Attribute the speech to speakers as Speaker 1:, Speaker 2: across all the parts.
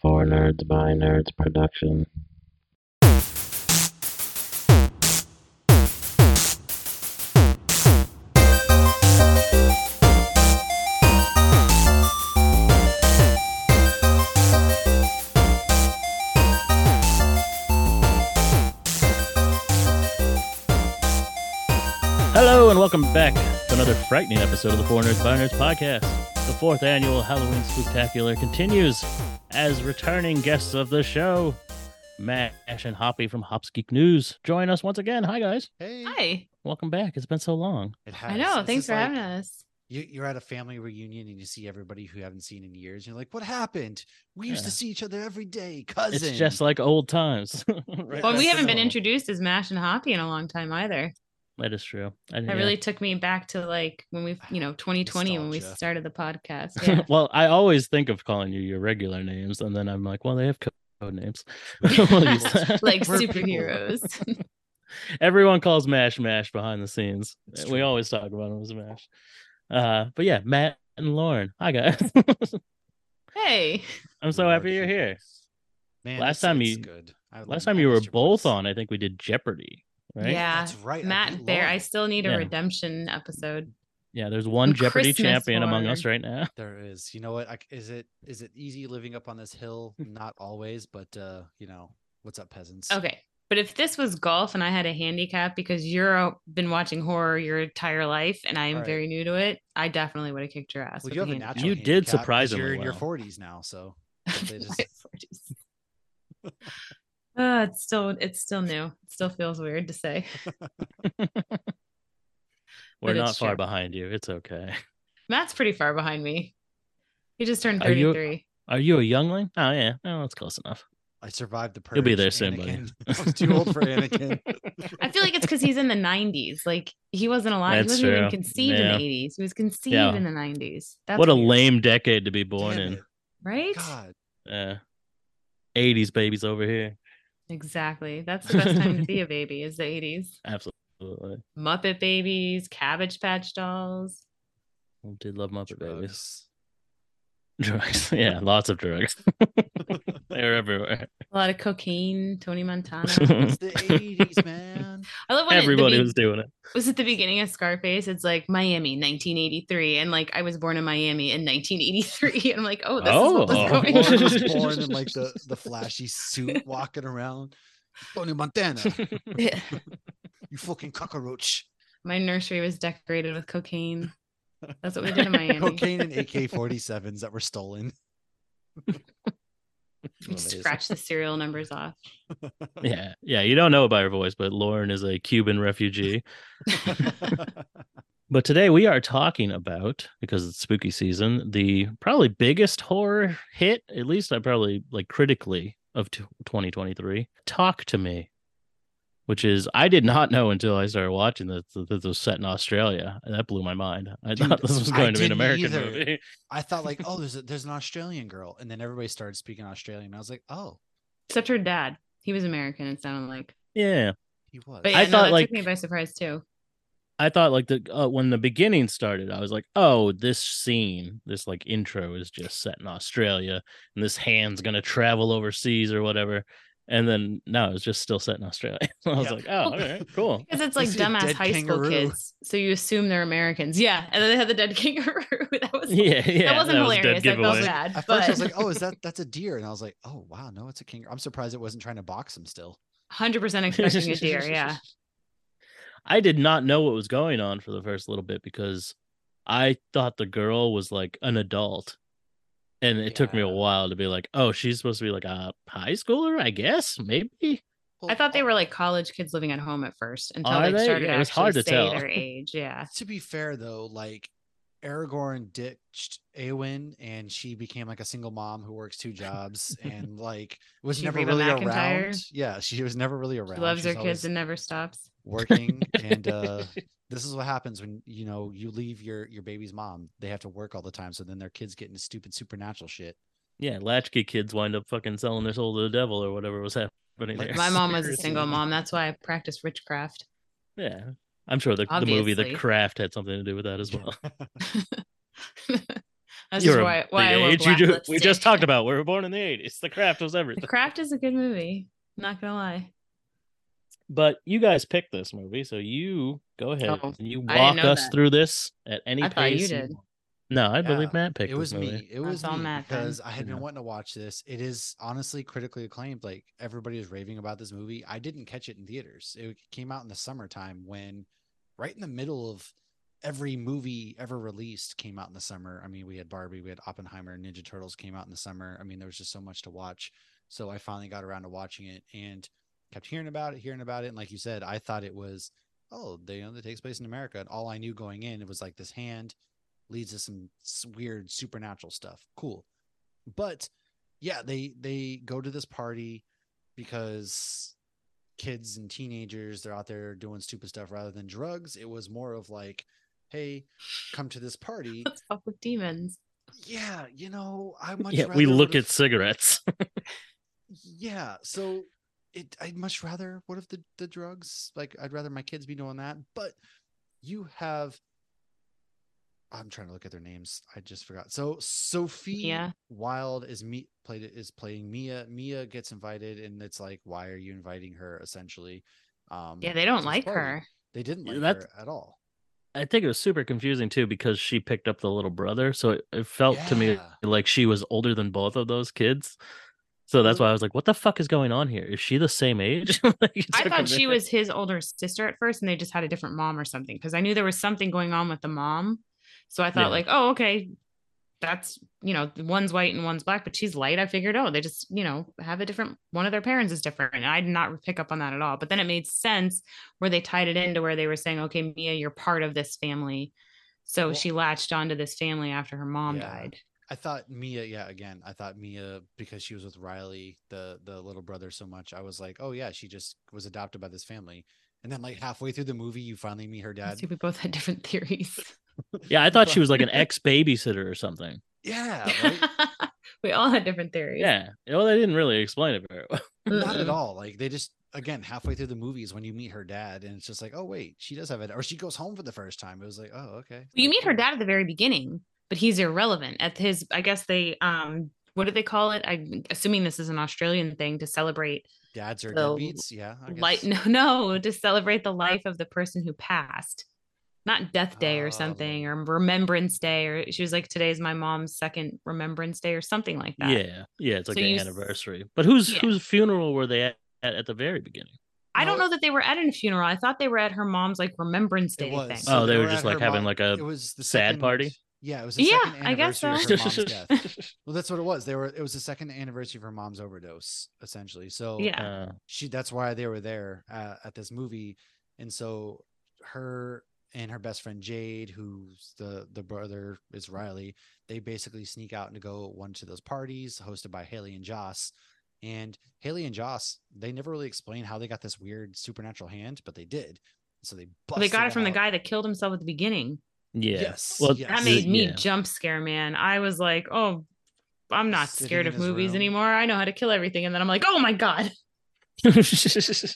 Speaker 1: For Nerds by Nerds production.
Speaker 2: Hello and welcome back to another frightening episode of the Four Nerds by Nerds podcast. The fourth annual Halloween Spooktacular continues as returning guests of the show, Matt Ash and Hoppy from Hops Geek News, join us once again. Hi guys,
Speaker 3: Hey.
Speaker 4: Hi.
Speaker 2: welcome back. It's been so long.
Speaker 3: It has.
Speaker 4: I know.
Speaker 3: This
Speaker 4: Thanks
Speaker 3: is
Speaker 4: for
Speaker 3: like-
Speaker 4: having us.
Speaker 3: You, you're at a family reunion and you see everybody who you haven't seen in years. And you're like, what happened? We used
Speaker 2: Yeah.
Speaker 3: to see each other every day, cousin.
Speaker 2: It's just like old times. Right
Speaker 4: Well,
Speaker 2: back
Speaker 4: we
Speaker 2: to
Speaker 4: haven't been
Speaker 2: normal.
Speaker 4: introduced as Mash and Hoppy in a long time either.
Speaker 2: That is true. I
Speaker 4: That really took me back to like when we, you know, 2020 when we
Speaker 3: Nostalgia.
Speaker 4: started the podcast. Yeah.
Speaker 2: well, I always think of calling you your regular names, and then I'm like, well, they have co- code names. What do you say?
Speaker 4: like
Speaker 3: We're people.
Speaker 4: superheroes.
Speaker 2: Everyone calls Mash Mash behind the scenes.
Speaker 3: It's
Speaker 2: We
Speaker 3: true.
Speaker 2: always talk about him as Mash. Uh, but yeah, Matt and Lauren. Hi guys.
Speaker 4: hey.
Speaker 2: I'm so
Speaker 3: We are
Speaker 2: happy you're here.
Speaker 3: humans. Man,
Speaker 2: Last
Speaker 3: this
Speaker 2: time
Speaker 3: is
Speaker 2: you-
Speaker 3: good. I love
Speaker 2: Last time you were
Speaker 3: Monster
Speaker 2: both
Speaker 3: Boys.
Speaker 2: on, I think we did Jeopardy, right?
Speaker 4: Yeah.
Speaker 3: That's right. I
Speaker 4: Matt
Speaker 3: beat
Speaker 4: Bear, I
Speaker 3: Lauren.
Speaker 4: still need a
Speaker 2: Yeah.
Speaker 4: redemption episode.
Speaker 2: Yeah, there's one
Speaker 4: And
Speaker 2: Jeopardy
Speaker 4: Christmas
Speaker 2: champion among us
Speaker 4: one.
Speaker 2: right now.
Speaker 3: There is. You know what? I, is it is it easy living up on this hill? Not always, but uh, you know, what's up, peasants?
Speaker 4: Okay. But if this was golf and I had a handicap because you're been watching horror your entire life and I am
Speaker 3: All right.
Speaker 4: very new to it, I definitely would have kicked your ass.
Speaker 3: Well,
Speaker 4: with
Speaker 3: you
Speaker 4: a
Speaker 3: have a
Speaker 4: handicap.
Speaker 3: natural.
Speaker 2: You did
Speaker 3: handicap 'cause
Speaker 2: surprisingly
Speaker 3: You're in your
Speaker 2: well.
Speaker 3: 40s now, so They just-
Speaker 4: My 40s. Uh, it's still it's still new. It still feels weird to say.
Speaker 2: We're
Speaker 4: But
Speaker 2: not
Speaker 4: it's
Speaker 2: far
Speaker 4: true.
Speaker 2: behind you. It's okay.
Speaker 4: Matt's pretty far behind me. He just turned
Speaker 2: Are you-
Speaker 4: 33.
Speaker 2: Are you a youngling? Oh yeah. Oh, that's close enough.
Speaker 3: I survived the purge.
Speaker 2: You'll be there soon, buddy.
Speaker 3: Anakin. I was too old for Anakin.
Speaker 4: I feel like it's because he's in the 90s. Like he wasn't alive.
Speaker 2: That's
Speaker 4: he wasn't
Speaker 2: true.
Speaker 4: even conceived
Speaker 2: Yeah.
Speaker 4: in the 80s. He was conceived
Speaker 2: Yeah.
Speaker 4: in the 90s. That's
Speaker 2: what a
Speaker 4: weird,
Speaker 2: lame decade to be born
Speaker 3: Damn
Speaker 2: in.
Speaker 3: it.
Speaker 4: right?
Speaker 3: God,
Speaker 2: Yeah. 80s babies over here.
Speaker 4: Exactly. That's the best time to be a baby is the 80s.
Speaker 2: Absolutely.
Speaker 4: Muppet babies, Cabbage Patch dolls.
Speaker 2: I did love Muppet Babies.
Speaker 3: drugs.
Speaker 2: Drugs. Yeah, lots of drugs. they were everywhere.
Speaker 4: A lot of cocaine, Tony Montana.
Speaker 3: It's the 80s, man.
Speaker 4: I love when
Speaker 2: Everybody
Speaker 4: it, the
Speaker 2: was doing it.
Speaker 4: was at the beginning of Scarface. It's like Miami, 1983, and like I was born in Miami in 1983, and I'm like, oh, this is
Speaker 2: Oh.
Speaker 4: what was
Speaker 3: Lauren
Speaker 4: going on.
Speaker 3: was born in like the, the flashy suit walking around. Tony Montana,
Speaker 4: Yeah.
Speaker 3: you fucking cockroach.
Speaker 4: My nursery was decorated with cocaine. That's what we did in Miami.
Speaker 3: Cocaine and AK 47s that were stolen.
Speaker 4: We just scratched the serial numbers off.
Speaker 2: Yeah, yeah. You don't know about her voice, but Lauren is a Cuban refugee. But today we are talking about because it's spooky season, the probably biggest horror hit, at least I probably like critically of t- 2023. Talk to me, which is I did not know until I started watching this that this was set in Australia. And that blew my mind. I
Speaker 3: Dude,
Speaker 2: thought this was
Speaker 3: I
Speaker 2: going to be an
Speaker 3: didn't
Speaker 2: American
Speaker 3: either.
Speaker 2: movie.
Speaker 3: I thought like, oh, there's a, there's an Australian girl, and then everybody started speaking Australian. I was like, oh,
Speaker 4: Except her dad. He was American, it sounded like.
Speaker 2: Yeah.
Speaker 3: he was.
Speaker 4: But yeah,
Speaker 2: I
Speaker 4: no,
Speaker 2: thought,
Speaker 4: that
Speaker 2: like-
Speaker 4: took me by surprise too.
Speaker 2: I thought like the uh, when the beginning started, I was like, "Oh, this scene, this like intro is just set in Australia, and this hand's gonna travel overseas or whatever." And then no, it was just still set in Australia. I was
Speaker 3: Yeah.
Speaker 2: like, "Oh, all right, cool."
Speaker 4: Because it's
Speaker 3: You
Speaker 4: like
Speaker 3: see a
Speaker 4: dumbass
Speaker 3: dead
Speaker 4: high
Speaker 3: kangaroo.
Speaker 4: school kids. So you assume they're Americans. Yeah. And then they had the dead kangaroo. that was like,
Speaker 2: yeah, yeah,
Speaker 4: that wasn't
Speaker 2: was a
Speaker 4: hilarious.
Speaker 2: dead
Speaker 4: I felt
Speaker 2: giveaway.
Speaker 4: bad.
Speaker 3: At
Speaker 4: but
Speaker 3: first, I was like, "Oh, is that that's a deer?" And I was like, "Oh, wow, no, it's a kangaroo." I'm surprised it wasn't trying to box him still.
Speaker 4: hundred percent expecting a deer. Yeah,
Speaker 2: I did not know what was going on for the first little bit because I thought the girl was like an adult. And it took me a
Speaker 3: Yeah.
Speaker 2: while to be like, oh, she's supposed to be like a high schooler, I guess, maybe.
Speaker 4: I thought they
Speaker 3: Well,
Speaker 4: were like college kids living at home at first until
Speaker 2: Are
Speaker 4: they,
Speaker 2: they?
Speaker 4: started.
Speaker 2: Yeah,
Speaker 4: Yeah,
Speaker 2: it was hard to tell.
Speaker 4: their age. Yeah,
Speaker 3: To be fair though, like Aragorn ditched Awen, and she became like a single mom who works two jobs, and like was
Speaker 4: She
Speaker 3: never
Speaker 4: Reba
Speaker 3: really
Speaker 4: McEntire?
Speaker 3: around. Yeah, she was never really around.
Speaker 4: she loves
Speaker 3: She was
Speaker 4: her kids
Speaker 3: always
Speaker 4: and never stops.
Speaker 3: working, and uh, this is what happens when you know you leave your your baby's mom. They have to work all the time, so then their kids get into stupid supernatural shit.
Speaker 2: Yeah, latchkey kids wind up fucking selling their soul to the devil or whatever was happening
Speaker 3: Like
Speaker 2: there.
Speaker 4: My mom was a single
Speaker 3: Seriously.
Speaker 4: mom. That's why I practiced witchcraft.
Speaker 2: Yeah. I'm sure the, the movie The
Speaker 4: Obviously.
Speaker 2: Craft had something to do with that as well.
Speaker 4: That's
Speaker 2: You're
Speaker 4: just
Speaker 2: a
Speaker 4: why, why I
Speaker 2: big
Speaker 4: wore
Speaker 2: age. You
Speaker 4: black
Speaker 2: do- we
Speaker 4: lipstick.
Speaker 2: just talked about we were born in the 80s. The craft was
Speaker 4: The
Speaker 2: everything.
Speaker 4: Craft is a good movie. Not gonna lie.
Speaker 2: But you guys picked this movie, so you go ahead
Speaker 4: Oh,
Speaker 2: and you
Speaker 4: I didn't
Speaker 2: walk
Speaker 4: know
Speaker 2: us
Speaker 4: that.
Speaker 2: through this at any
Speaker 4: I
Speaker 2: pace.
Speaker 4: thought you
Speaker 2: want.
Speaker 4: did.
Speaker 2: No, I
Speaker 3: Yeah,
Speaker 2: believe Matt picked
Speaker 3: it was
Speaker 2: this movie.
Speaker 3: me. It
Speaker 4: That's
Speaker 3: was
Speaker 4: all
Speaker 3: me
Speaker 4: Matt then.
Speaker 3: because I had
Speaker 2: Yeah.
Speaker 3: been wanting to watch this. It is honestly critically acclaimed. Like everybody is raving about this movie. I didn't catch it in theaters. It came out in the summertime when, right in the middle of every movie ever released, came out in the summer. I mean, we had Barbie, we had Oppenheimer, Ninja Turtles came out in the summer. I mean, there was just so much to watch. So I finally got around to watching it and kept hearing about it, hearing about it. And like you said, I thought it was, oh, they you know that takes place in America. And all I knew going in, it was like this hand leads to some s- weird supernatural stuff. Cool. But yeah, they they go to this party because kids and teenagers they're out there doing stupid stuff rather than drugs. It was more of like, hey, come to this party.
Speaker 4: Let's fuck with demons.
Speaker 3: yeah, you know, I much
Speaker 2: Yeah,
Speaker 3: rather
Speaker 2: we look
Speaker 3: would've-
Speaker 2: at cigarettes.
Speaker 3: yeah so it i'd much rather what if the the drugs like i'd rather my kids be doing that but you have i'm trying to look at their names i just forgot so sophie
Speaker 4: Mia.
Speaker 3: wild is me played is playing mia mia gets invited and it's like why are you inviting her essentially
Speaker 2: Mm,
Speaker 3: um
Speaker 4: Yeah, they
Speaker 3: to
Speaker 4: don't
Speaker 3: this
Speaker 4: like
Speaker 3: party.
Speaker 4: her.
Speaker 3: they didn't
Speaker 2: Yeah,
Speaker 3: like
Speaker 2: that's-
Speaker 3: her at all
Speaker 2: I think it was super confusing too because she picked up the little brother, so it, it felt to me
Speaker 3: Yeah.
Speaker 2: like she was older than both of those kids. So
Speaker 4: Mm-hmm.
Speaker 2: that's why I was like, "What the fuck is going on here? Is she the same age?" Like, it
Speaker 4: I
Speaker 2: took a
Speaker 4: thought she
Speaker 2: minute.
Speaker 4: was his older sister at first, and they just had a different mom or something. Because I knew there was something going on with the mom, so I thought
Speaker 2: Yeah.
Speaker 4: like, oh, okay, that's you know, one's white and one's black, but she's light. I figured, oh, they just you know have a different one of their parents is different. And I did not pick up on that at all. But then it made sense where they tied it into where they were saying, okay, Mia, you're part of this family. So
Speaker 3: Well-
Speaker 4: she latched onto this family after her mom
Speaker 3: Yeah.
Speaker 4: died.
Speaker 3: I thought Mia, yeah, again, I thought Mia because she was with Riley, the the little brother, so much. I was like, oh yeah, she just was adopted by this family. And then like halfway through the movie, you finally meet her dad.
Speaker 4: See, we both had different theories.
Speaker 2: Yeah, I thought she was like an ex babysitter or something.
Speaker 3: Yeah, right?
Speaker 4: we all had different theories.
Speaker 2: Yeah, well, they didn't really explain it very well.
Speaker 3: not at
Speaker 4: Mm-mm.
Speaker 3: all. Like they just again halfway through the movie is when you meet her dad, and it's just like, oh wait, she does have it, or she goes home for the first time. It was like, oh okay.
Speaker 4: Well, you
Speaker 3: like,
Speaker 4: meet her
Speaker 3: cool.
Speaker 4: dad at the very beginning, but he's irrelevant at his. I guess they um, what do they call it? I'm assuming this is an Australian thing to celebrate
Speaker 3: Dads are
Speaker 4: So,
Speaker 3: deadbeats. Yeah, I
Speaker 4: light.
Speaker 3: guess.
Speaker 4: No, no, to celebrate the life of the person who passed, not Death Day
Speaker 3: Ah,
Speaker 4: or something, or Remembrance Day, or she was like, "Today's my mom's second Remembrance Day" or something like that.
Speaker 2: Yeah, yeah, it's like
Speaker 4: So
Speaker 2: an
Speaker 4: you s-
Speaker 2: anniversary. But whose
Speaker 4: Yeah.
Speaker 2: whose funeral were they at, at at the very beginning?
Speaker 4: I don't
Speaker 3: No,
Speaker 4: know that they were at a funeral. I thought they were at her mom's like Remembrance
Speaker 3: it
Speaker 4: Day
Speaker 3: was.
Speaker 4: thing.
Speaker 2: Oh, they were
Speaker 3: at
Speaker 2: just, like,
Speaker 3: her
Speaker 2: having,
Speaker 3: mom-
Speaker 2: like, a
Speaker 3: it was the
Speaker 2: sad
Speaker 3: second-
Speaker 2: party?
Speaker 3: Yeah, it was the
Speaker 4: Yeah,
Speaker 3: second
Speaker 4: I guess
Speaker 3: anniversary of her
Speaker 4: so.
Speaker 3: mom's death. Well, that's what it was. They were it was the second anniversary of her mom's overdose, essentially. So
Speaker 4: Yeah.
Speaker 2: Uh,
Speaker 3: she that's why they were there uh, at this movie, and so her and her best friend Jade, who's the the brother is Riley, they basically sneak out and go one to those parties hosted by Haley and Joss. And Haley and Joss, they never really explain how they got this weird supernatural hand, but they did. So they
Speaker 4: Well, they
Speaker 3: busted
Speaker 4: got it from the
Speaker 3: out.
Speaker 4: guy that killed himself at the beginning.
Speaker 2: yeah.
Speaker 3: Yes,
Speaker 2: Well,
Speaker 3: yes.
Speaker 4: That
Speaker 2: Yeah.
Speaker 4: made me
Speaker 2: Yeah.
Speaker 4: jump scare, man. I was like, oh, I'm not
Speaker 3: Sitting
Speaker 4: scared
Speaker 3: in
Speaker 4: of
Speaker 3: his
Speaker 4: movies
Speaker 3: room.
Speaker 4: anymore. I know how to kill everything. And then I'm like, oh my God.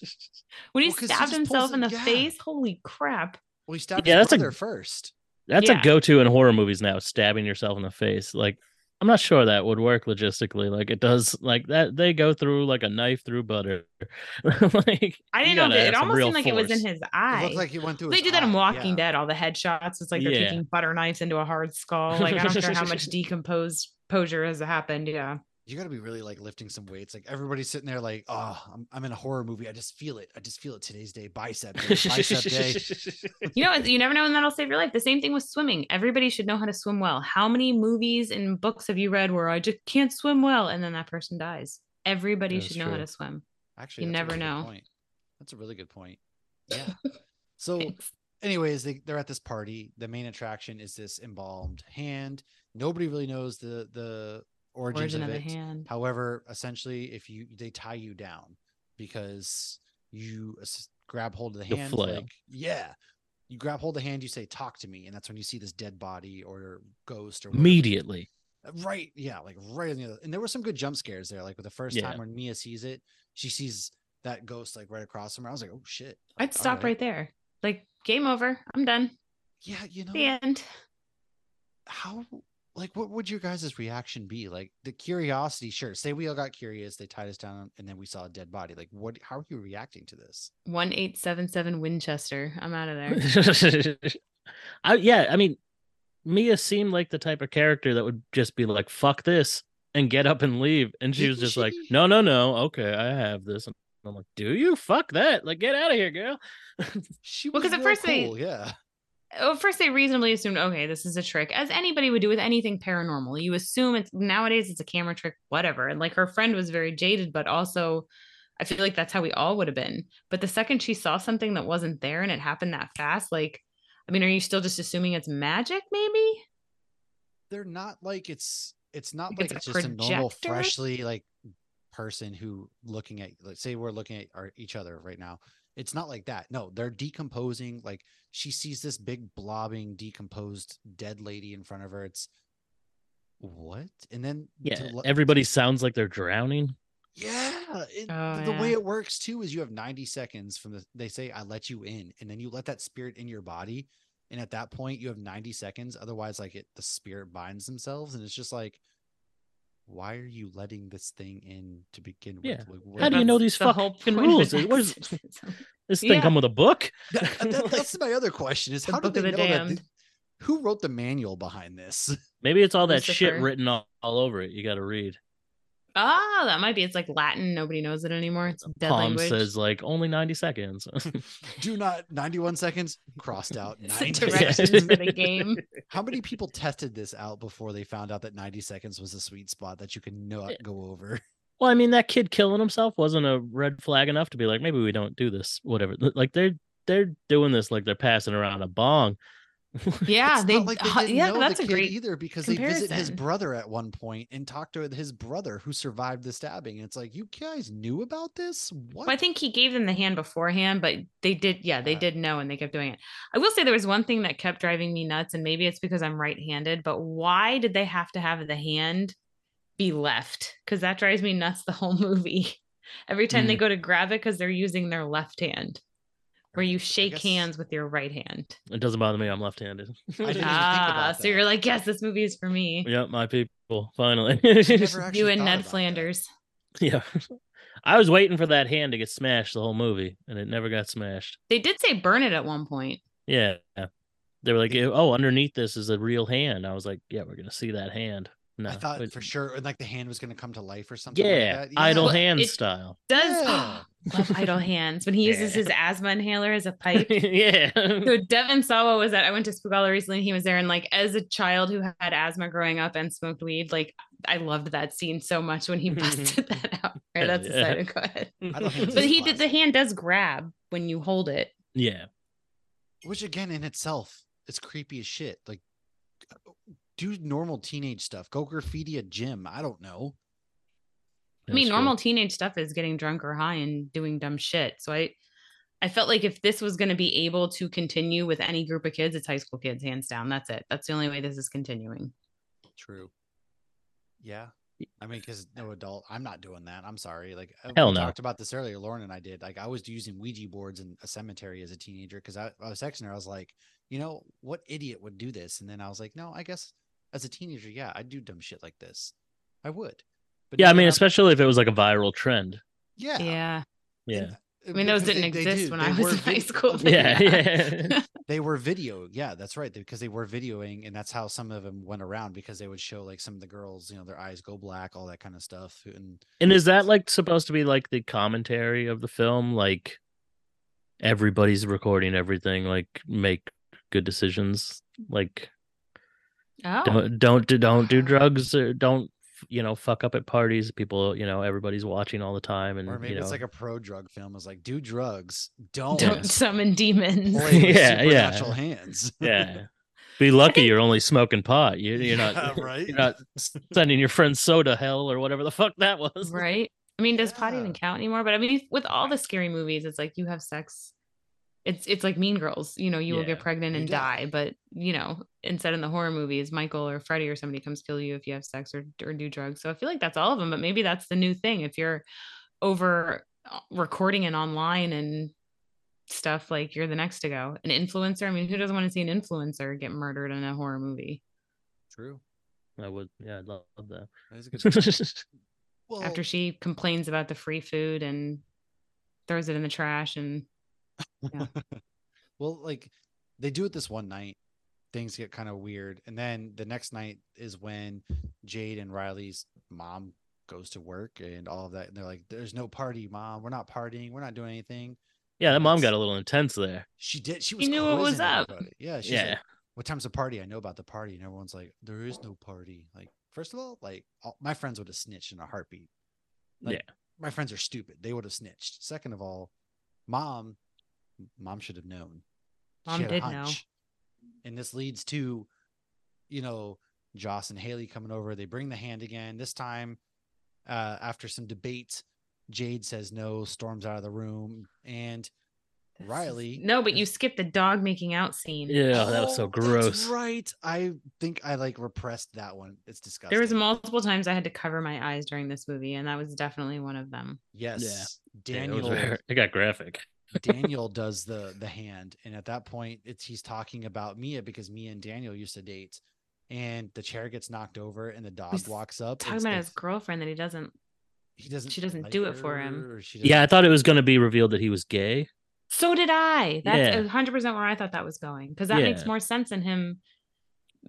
Speaker 4: When he
Speaker 3: Well, 'cause he
Speaker 4: stabbed
Speaker 3: just
Speaker 4: himself
Speaker 3: pulls
Speaker 4: in
Speaker 3: it-
Speaker 4: the
Speaker 3: yeah.
Speaker 4: face, holy crap.
Speaker 3: Well, he stabbed
Speaker 2: Yeah,
Speaker 3: his
Speaker 2: that's a-
Speaker 3: brother first.
Speaker 2: That's
Speaker 4: Yeah.
Speaker 2: a go-to in horror movies now, stabbing yourself in the face. Like I'm not sure that would work logistically. Like it does like that they go through like a knife through butter. like
Speaker 4: I
Speaker 2: you
Speaker 4: didn't know
Speaker 2: gotta
Speaker 4: that.
Speaker 2: have
Speaker 4: It
Speaker 2: some
Speaker 4: almost
Speaker 2: real
Speaker 4: seemed like it was
Speaker 2: force.
Speaker 4: in his
Speaker 3: It
Speaker 4: eye.
Speaker 3: looked like he went through.
Speaker 4: they
Speaker 3: his
Speaker 4: do that in
Speaker 3: eye,
Speaker 4: Walking
Speaker 3: yeah.
Speaker 4: Dead, all the headshots. It's like they're
Speaker 2: Yeah.
Speaker 4: taking butter knives into a hard skull. Like, I don't care how much decomposed posure has happened. Yeah.
Speaker 3: you got to be really like lifting some weights. Like everybody's sitting there, like, oh, I'm, I'm in a horror movie. I just feel it. I just feel it. Today's day, bicep day, bicep day.
Speaker 4: You know, you never know when that'll save your life. The same thing with swimming. Everybody should know how to swim well. How many movies and books have you read where I just can't swim well and then that person dies? Everybody
Speaker 2: That's
Speaker 4: should know how
Speaker 2: true.
Speaker 4: to swim.
Speaker 3: Actually,
Speaker 4: You
Speaker 3: that's a
Speaker 4: never
Speaker 3: really good
Speaker 4: know.
Speaker 3: Point. That's a really good point. Yeah. so, anyways, they, they're at this party. The main attraction is this embalmed hand. Nobody really knows the the origins
Speaker 4: Origin
Speaker 3: of,
Speaker 4: of the
Speaker 3: it.
Speaker 4: hand.
Speaker 3: However, essentially, if you they tie you down because you ass- grab hold of the
Speaker 2: You'll
Speaker 3: hand,
Speaker 2: flail.
Speaker 3: like yeah, you grab hold of the hand, you say "talk to me," and that's when you see this dead body or ghost or whatever.
Speaker 2: Immediately.
Speaker 3: Uh, Right, yeah, like right on the other. And there were some good jump scares there. Like with the first
Speaker 2: Yeah.
Speaker 3: time when Mia sees it, she sees that ghost like right across from her. I was like, oh shit.
Speaker 4: I'd stop right. there. Like, game over. I'm done.
Speaker 3: Oh. Yeah, you know
Speaker 4: The end.
Speaker 3: how like what would your guys' reaction be? Like the curiosity, sure. Say we all got curious, they tied us down, and then we saw a dead body. Like what? How are you reacting to this?
Speaker 4: One eight seven seven Winchester. I'm out of there.
Speaker 2: I, yeah, I mean, Mia seemed like the type of character that would just be like, "Fuck this," and get up and leave. And she was
Speaker 3: Didn't
Speaker 2: just like,
Speaker 3: she?
Speaker 2: "No, no, no. Okay, I have this." And I'm like, "Do you? Fuck that! Like, get out of here, girl."
Speaker 3: She
Speaker 4: Well,
Speaker 3: was
Speaker 4: 'cause at
Speaker 3: real
Speaker 4: first they-
Speaker 3: cool, yeah.
Speaker 4: Oh, first they reasonably assumed, okay, this is a trick, as anybody would do with anything paranormal. You assume it's nowadays it's a camera trick, whatever. And like her friend was very jaded, but also I feel like that's how we all would have been. But the second she saw something that wasn't there and it happened that fast, like, I mean, are you still just assuming it's magic, maybe?
Speaker 3: They're not like it's. It's not like
Speaker 4: Like
Speaker 3: it's,
Speaker 4: it's a
Speaker 3: just a normal,
Speaker 4: projector?
Speaker 3: freshly like person who looking at. Like, say we're looking at our, each other right now. It's not like that. No, they're decomposing. Like she sees this big blobbing, decomposed dead lady in front of her. It's what? And then to
Speaker 2: Yeah,
Speaker 3: lo-
Speaker 2: everybody sounds like they're drowning.
Speaker 3: Yeah, it,
Speaker 4: Oh,
Speaker 3: th- the way
Speaker 4: yeah.
Speaker 3: it works too is you have 90 seconds from the they say I let you in and then you let that spirit in your body and at that point you have 90 seconds otherwise like it the spirit binds themselves and it's just like why are you letting this thing in to begin with?
Speaker 2: Yeah.
Speaker 3: Like,
Speaker 2: How do you know these
Speaker 4: That's the whole
Speaker 2: fucking
Speaker 4: point of
Speaker 2: rules?
Speaker 4: an
Speaker 2: Where's-
Speaker 4: exorcism.
Speaker 2: This thing
Speaker 4: Yeah.
Speaker 2: come with a book?
Speaker 3: That- that- that's my other question is
Speaker 4: The
Speaker 3: how did
Speaker 4: Book
Speaker 3: they
Speaker 4: of
Speaker 3: know that
Speaker 4: the
Speaker 3: th-
Speaker 4: Damned.
Speaker 3: who wrote the manual behind this?
Speaker 2: Maybe it's all that shit
Speaker 4: Lucifer.
Speaker 2: written all, all over it. You got to read.
Speaker 4: Oh, that might be. It's like Latin. Nobody knows it anymore. It's dead
Speaker 2: Palm
Speaker 4: language.
Speaker 2: says like only ninety seconds.
Speaker 3: Do not 91 seconds crossed out.
Speaker 4: It's the
Speaker 3: 90
Speaker 2: direct-
Speaker 3: seconds.
Speaker 4: directions for the game.
Speaker 3: How many people tested this out before they found out that 90 seconds was a sweet spot that you could not
Speaker 2: Yeah.
Speaker 3: go over?
Speaker 2: Well, I mean, that kid killing himself wasn't a red flag enough to be like, maybe we don't do this, whatever. L- Like they're they're doing this like they're passing around a bong.
Speaker 4: Yeah,
Speaker 3: it's
Speaker 4: they.
Speaker 3: not like they
Speaker 4: uh,
Speaker 3: didn't
Speaker 4: yeah,
Speaker 3: know
Speaker 4: that's
Speaker 3: the
Speaker 4: a
Speaker 3: kid
Speaker 4: great.
Speaker 3: either because they visit his
Speaker 4: comparison.
Speaker 3: brother at one point and talk to his brother who survived the stabbing. And it's like, you guys knew about this? What?
Speaker 4: Well, I think he gave them the hand beforehand, but they did, yeah, they
Speaker 3: Yeah.
Speaker 4: did know and they kept doing it. I will say there was one thing that kept driving me nuts, and maybe it's because I'm right handed, but why did they have to have the hand be left? Because that drives me nuts the whole movie. Every time
Speaker 3: Mm.
Speaker 4: they go to grab it, because they're using their left hand, where you
Speaker 3: Right, I
Speaker 4: shake
Speaker 3: guess
Speaker 4: hands with your right hand.
Speaker 2: It doesn't bother me. I'm left-handed.
Speaker 3: I didn't even think
Speaker 4: Ah,
Speaker 3: about
Speaker 4: so you're
Speaker 3: that.
Speaker 4: like, yes, this movie is for me.
Speaker 2: yep, my people. Finally.
Speaker 3: I never actually
Speaker 4: You and
Speaker 3: thought
Speaker 4: Ned
Speaker 3: about that.
Speaker 4: Flanders.
Speaker 2: yeah. I was waiting for that hand to get smashed the whole movie, and it never got smashed.
Speaker 4: They did say burn it at one point.
Speaker 2: Yeah. They were like, "Oh, underneath this is a real hand." I was like, "Yeah, we're gonna see that hand." No,
Speaker 3: I thought
Speaker 2: it-
Speaker 3: for sure, like the hand was going to come to life or something. like
Speaker 2: Yeah,
Speaker 3: that.
Speaker 2: idle
Speaker 4: Well,
Speaker 2: hand
Speaker 4: it-
Speaker 2: style.
Speaker 4: Does
Speaker 3: Yeah.
Speaker 4: love idle hands when he uses
Speaker 2: Yeah.
Speaker 4: his asthma inhaler as a pipe?
Speaker 2: yeah.
Speaker 4: so Devin Sawa was at I went to Spookala recently. and He was there, and like as a child who had asthma growing up and smoked weed, like I loved that scene so much when he busted that out.
Speaker 2: Hell
Speaker 4: Right,
Speaker 2: Mm-hmm.
Speaker 4: that's
Speaker 2: yeah.
Speaker 4: decided. Go ahead.
Speaker 3: I don't think
Speaker 4: But he
Speaker 3: classic.
Speaker 4: did. The hand does grab when you hold it.
Speaker 2: yeah.
Speaker 3: Which, again, in itself, it's creepy as shit. Like, uh, do normal teenage stuff. Go graffiti a gym. I don't know.
Speaker 4: I mean,
Speaker 2: that's true.
Speaker 4: normal teenage stuff is getting drunk or high and doing dumb shit. So I, I felt like if this was going to be able to continue with any group of kids, it's high school kids, hands down. That's it. That's the only way this is continuing.
Speaker 3: True. Yeah.
Speaker 2: Y-
Speaker 3: I mean, because no adult, I'm not doing that. I'm sorry. Like, uh,
Speaker 2: Hell
Speaker 3: we
Speaker 2: no.
Speaker 3: talked about this earlier. Lauren and I did. Like, I was using Ouija boards in a cemetery as a teenager because I, I was texting her. I was like, you know, what idiot would do this? And then I was like, no, I guess as a teenager, yeah, I'd do dumb shit like this. I would. But
Speaker 2: Yeah,
Speaker 3: now
Speaker 2: I mean,
Speaker 3: that I'm-
Speaker 2: especially if it was like a viral trend.
Speaker 3: yeah,
Speaker 4: yeah.
Speaker 2: Yeah.
Speaker 3: And, uh,
Speaker 4: I mean, those
Speaker 3: because
Speaker 4: didn't
Speaker 3: they- they
Speaker 4: exist
Speaker 3: do.
Speaker 4: when
Speaker 3: They
Speaker 4: I
Speaker 3: were
Speaker 4: was in high
Speaker 3: vid-
Speaker 4: school. but
Speaker 2: Yeah, yeah.
Speaker 3: they were video yeah that's right they- because they were videoing and that's how some of them went around because they would show like some of the girls you know their eyes go black all that kind of stuff and
Speaker 2: and is that like supposed to be like the commentary of the film? Like everybody's recording everything. Like make good decisions. Like
Speaker 4: Oh.
Speaker 2: don't don't do, don't do
Speaker 4: Wow.
Speaker 2: drugs. Or don't you know fuck up at parties. People you know everybody's watching all the time. And
Speaker 3: or maybe
Speaker 2: you know,
Speaker 3: it's like a pro drug film is like do drugs don't,
Speaker 4: don't summon demons.
Speaker 3: play with
Speaker 2: Yeah, yeah.
Speaker 3: supernatural hands
Speaker 2: yeah. Be lucky you're only smoking pot. You, you're not
Speaker 3: Yeah, right
Speaker 2: you're not sending your friend soda hell or whatever the fuck that was.
Speaker 4: right? I mean, does pot even
Speaker 3: Yeah.
Speaker 4: count anymore? But I mean, with all the scary movies, it's like you have sex. It's it's like Mean Girls. You know, you will get
Speaker 2: Yeah,
Speaker 4: pregnant
Speaker 3: you
Speaker 4: and
Speaker 3: die.
Speaker 4: die. But you know, instead in the horror movies, Michael or Freddy or somebody comes kill you if you have sex or or do drugs. So I feel like that's all of them. But maybe that's the new thing. If you're over uh, recording and online and stuff like you're the next to go an influencer i mean who doesn't want to see an influencer get murdered in a horror movie
Speaker 3: true
Speaker 2: I would. Yeah, I'd love, love that.
Speaker 3: That is a good point. Well,
Speaker 4: after she complains about the free food and throws it in the trash and yeah.
Speaker 3: well, like they do it this one night, things get kind of weird, and then the next night is when Jade and Riley's mom goes to work and all of that, and they're like, "There's no party, mom. We're not partying. We're not doing anything."
Speaker 2: yeah, that mom got a little intense there.
Speaker 3: She did. She was.
Speaker 4: knew what was
Speaker 3: quizzing
Speaker 4: up.
Speaker 3: everybody. Yeah. She's
Speaker 2: yeah.
Speaker 3: like, what time's the party? I know about the party. And everyone's like, there is no party. Like, first of all, like all, my friends would have snitched in a heartbeat. Like,
Speaker 2: Yeah.
Speaker 3: My friends are stupid. They would have snitched. Second of all, mom, mom should have known. She
Speaker 4: Mom
Speaker 3: had a
Speaker 4: did know.
Speaker 3: hunch. And this leads to, you know, Joss and Haley coming over. They bring the hand again. This time, uh, after some debate, Jade says no, storms out of the room. And Riley.
Speaker 4: No, but you skipped the dog making out scene.
Speaker 2: Yeah, that was
Speaker 3: Oh,
Speaker 2: so
Speaker 3: that's
Speaker 2: gross.
Speaker 3: right. I think I like repressed that one. It's disgusting.
Speaker 4: There was multiple times I had to cover my eyes during this movie, and that was definitely one of them.
Speaker 3: yes.
Speaker 2: Yeah, it, was
Speaker 3: Daniel
Speaker 2: very- it got graphic.
Speaker 3: Daniel does the the hand, and at that point, it's he's talking about Mia because Mia and Daniel used to date, and the chair gets knocked over, and the dog
Speaker 4: He's
Speaker 3: walks up.
Speaker 4: Talking
Speaker 3: and-
Speaker 4: about
Speaker 3: and
Speaker 4: his girlfriend that he doesn't.
Speaker 3: he doesn't.
Speaker 4: she doesn't do it for
Speaker 3: her,
Speaker 4: him.
Speaker 3: or she doesn't-
Speaker 2: Yeah, I thought it was going to be revealed that he was gay.
Speaker 4: So did I. That's
Speaker 2: Yeah.
Speaker 4: 100% where I thought that was going because that makes
Speaker 2: Yeah.
Speaker 4: more sense than him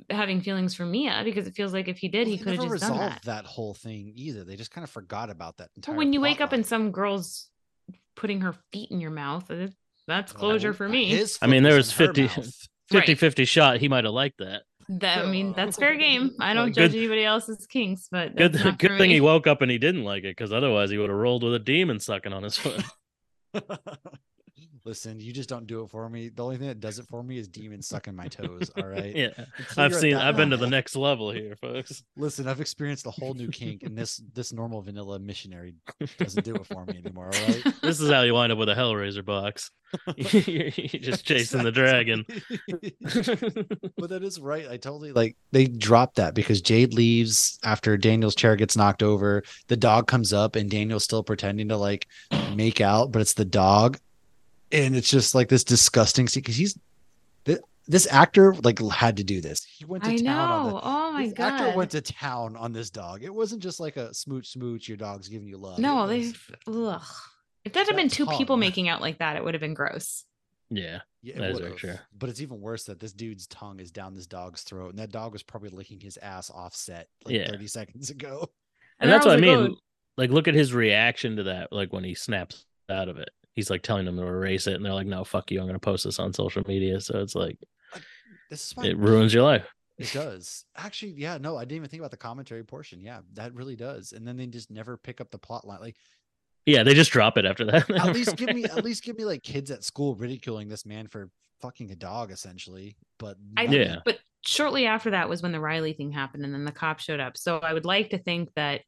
Speaker 4: having feelings for Mia because it feels like if he
Speaker 3: Well,
Speaker 4: did, he
Speaker 3: they
Speaker 4: could have
Speaker 3: never
Speaker 4: just done
Speaker 3: resolved
Speaker 4: that.
Speaker 3: that whole thing either. They just kind of forgot about that
Speaker 4: But
Speaker 3: entire.
Speaker 4: when you wake
Speaker 3: plot
Speaker 4: up and
Speaker 3: line.
Speaker 4: some girl's putting her feet in your mouth, uh, that's
Speaker 3: Well,
Speaker 4: closure for me.
Speaker 3: his
Speaker 2: I mean,
Speaker 3: foot
Speaker 2: there
Speaker 3: was
Speaker 2: was
Speaker 3: in her
Speaker 2: 50
Speaker 3: mouth.
Speaker 2: 50
Speaker 4: Right.
Speaker 2: 50 shot. He might have liked that.
Speaker 4: That, I mean, that's fair game. I
Speaker 2: Well,
Speaker 4: don't judge
Speaker 2: good-
Speaker 4: anybody else's kinks, but
Speaker 2: Good,
Speaker 4: that's not
Speaker 2: good
Speaker 4: for
Speaker 2: thing
Speaker 4: me.
Speaker 2: he woke up and he didn't like it because otherwise he would have rolled with a demon sucking on his foot.
Speaker 3: Listen, you just don't do it for me. The only thing that does it for me is demons sucking my toes. All right.
Speaker 2: yeah.
Speaker 3: Until
Speaker 2: I've
Speaker 3: you're at
Speaker 2: seen,
Speaker 3: that
Speaker 2: I've been to the
Speaker 3: level-
Speaker 2: next level here, folks.
Speaker 3: Listen, I've experienced a whole new kink, and this this normal vanilla missionary doesn't do it for me anymore. All right.
Speaker 2: This is how you wind up with a Hellraiser box. You're just chasing the dragon.
Speaker 3: but that is right. I totally like they dropped that because Jade leaves after Daniel's chair gets knocked over. The dog comes up and Daniel's still pretending to like make out, but it's the dog, and it's just like this disgusting scene because he's th- this actor like had to do this. He went to
Speaker 4: I
Speaker 3: town on the
Speaker 4: know. Oh my
Speaker 3: this
Speaker 4: god.
Speaker 3: actor went to town on this dog. It wasn't just like a smooch smooch. Your dog's giving you love. It
Speaker 4: no,
Speaker 3: was-
Speaker 4: they. Ugh. If that had been
Speaker 3: That
Speaker 4: two people
Speaker 3: tongue.
Speaker 4: making out like that, it would have been gross.
Speaker 2: Yeah.
Speaker 3: Yeah,
Speaker 2: That
Speaker 3: it
Speaker 2: is
Speaker 3: would've.
Speaker 2: very true.
Speaker 3: But it's even worse that this dude's tongue is down this dog's throat, and that dog was probably licking his ass offset like
Speaker 2: Yeah.
Speaker 3: 30 seconds ago.
Speaker 2: and
Speaker 4: then
Speaker 2: that's what I
Speaker 4: was like,
Speaker 2: mean.
Speaker 4: oh,
Speaker 2: Like, look at his reaction to that. Like when he snaps out of it, he's like telling them to erase it, and they're like, "No, fuck you! I'm gonna post this on social media." So it's like
Speaker 3: This is why
Speaker 2: it ruins your life.
Speaker 3: It does. Actually, yeah, no, I didn't even think about the commentary portion. Yeah, that really does. And then they just never pick up the plot line. Like,
Speaker 2: Yeah, they just drop it after that.
Speaker 3: at least give me at least give me like kids at school ridiculing this man for fucking a dog, essentially. But
Speaker 4: I-
Speaker 3: nothing.
Speaker 2: Yeah.
Speaker 4: "Oh," But shortly after that was when the Riley thing happened, and then the cop showed up. So I would like to think that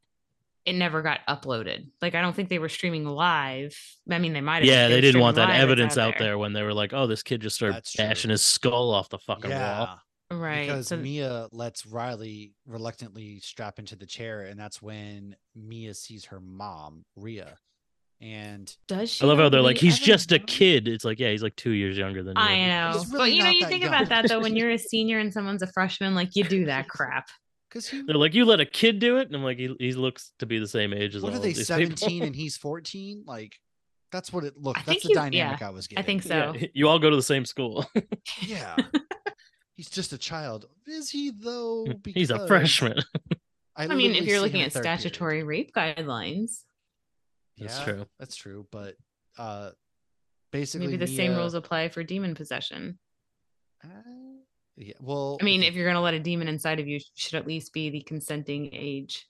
Speaker 4: it never got uploaded. Like I don't think they were streaming live. I mean, they might have.
Speaker 2: yeah,
Speaker 4: if
Speaker 2: they didn't
Speaker 4: were streaming
Speaker 2: want that
Speaker 4: live, it's
Speaker 2: evidence out there. when they were like, "Oh, this kid just started
Speaker 3: That's true.
Speaker 2: bashing his skull off the fucking wall."
Speaker 4: Right.
Speaker 3: Because
Speaker 4: so
Speaker 3: Mia lets Riley reluctantly strap into the chair, and that's when Mia sees her mom, Rhea. And
Speaker 4: does she?
Speaker 2: I love how
Speaker 4: not
Speaker 2: they're like,
Speaker 4: really
Speaker 2: "He's
Speaker 4: ever
Speaker 2: just a
Speaker 4: know?
Speaker 2: kid." It's like, yeah, he's like two years younger than you.
Speaker 4: I know,
Speaker 3: He's
Speaker 4: but
Speaker 3: really
Speaker 4: you know,
Speaker 3: not
Speaker 4: you
Speaker 3: that
Speaker 4: think
Speaker 3: young.
Speaker 4: about that though. When you're a senior and someone's a freshman, like you do that crap.
Speaker 3: because he
Speaker 2: They're like, "You let a kid do it," and I'm like, "He, he looks to be the same age as
Speaker 3: what
Speaker 2: all
Speaker 3: are
Speaker 2: of
Speaker 3: they,
Speaker 2: these
Speaker 3: 17
Speaker 2: people."
Speaker 3: and he's 14? Like that's what it
Speaker 4: I
Speaker 3: looked.
Speaker 4: think
Speaker 3: That's the
Speaker 4: you-
Speaker 3: dynamic I was getting.
Speaker 4: I think so.
Speaker 2: Yeah, you all go to the same school.
Speaker 3: Yeah. He's just a child. Is he though?
Speaker 2: he's a
Speaker 3: Because
Speaker 2: freshman.
Speaker 4: I mean, if
Speaker 3: literally
Speaker 4: you're
Speaker 3: see
Speaker 4: looking
Speaker 3: him
Speaker 4: at
Speaker 3: third period.
Speaker 4: statutory rape guidelines,
Speaker 2: That's
Speaker 3: Yeah,
Speaker 2: true.
Speaker 3: That's true. But uh basically uh,
Speaker 4: maybe the same
Speaker 3: Mia-
Speaker 4: rules apply for demon possession.
Speaker 3: Uh, yeah. Well
Speaker 4: I mean,
Speaker 3: okay.
Speaker 4: if you're going to let a demon inside of you, it should at least be the consenting age.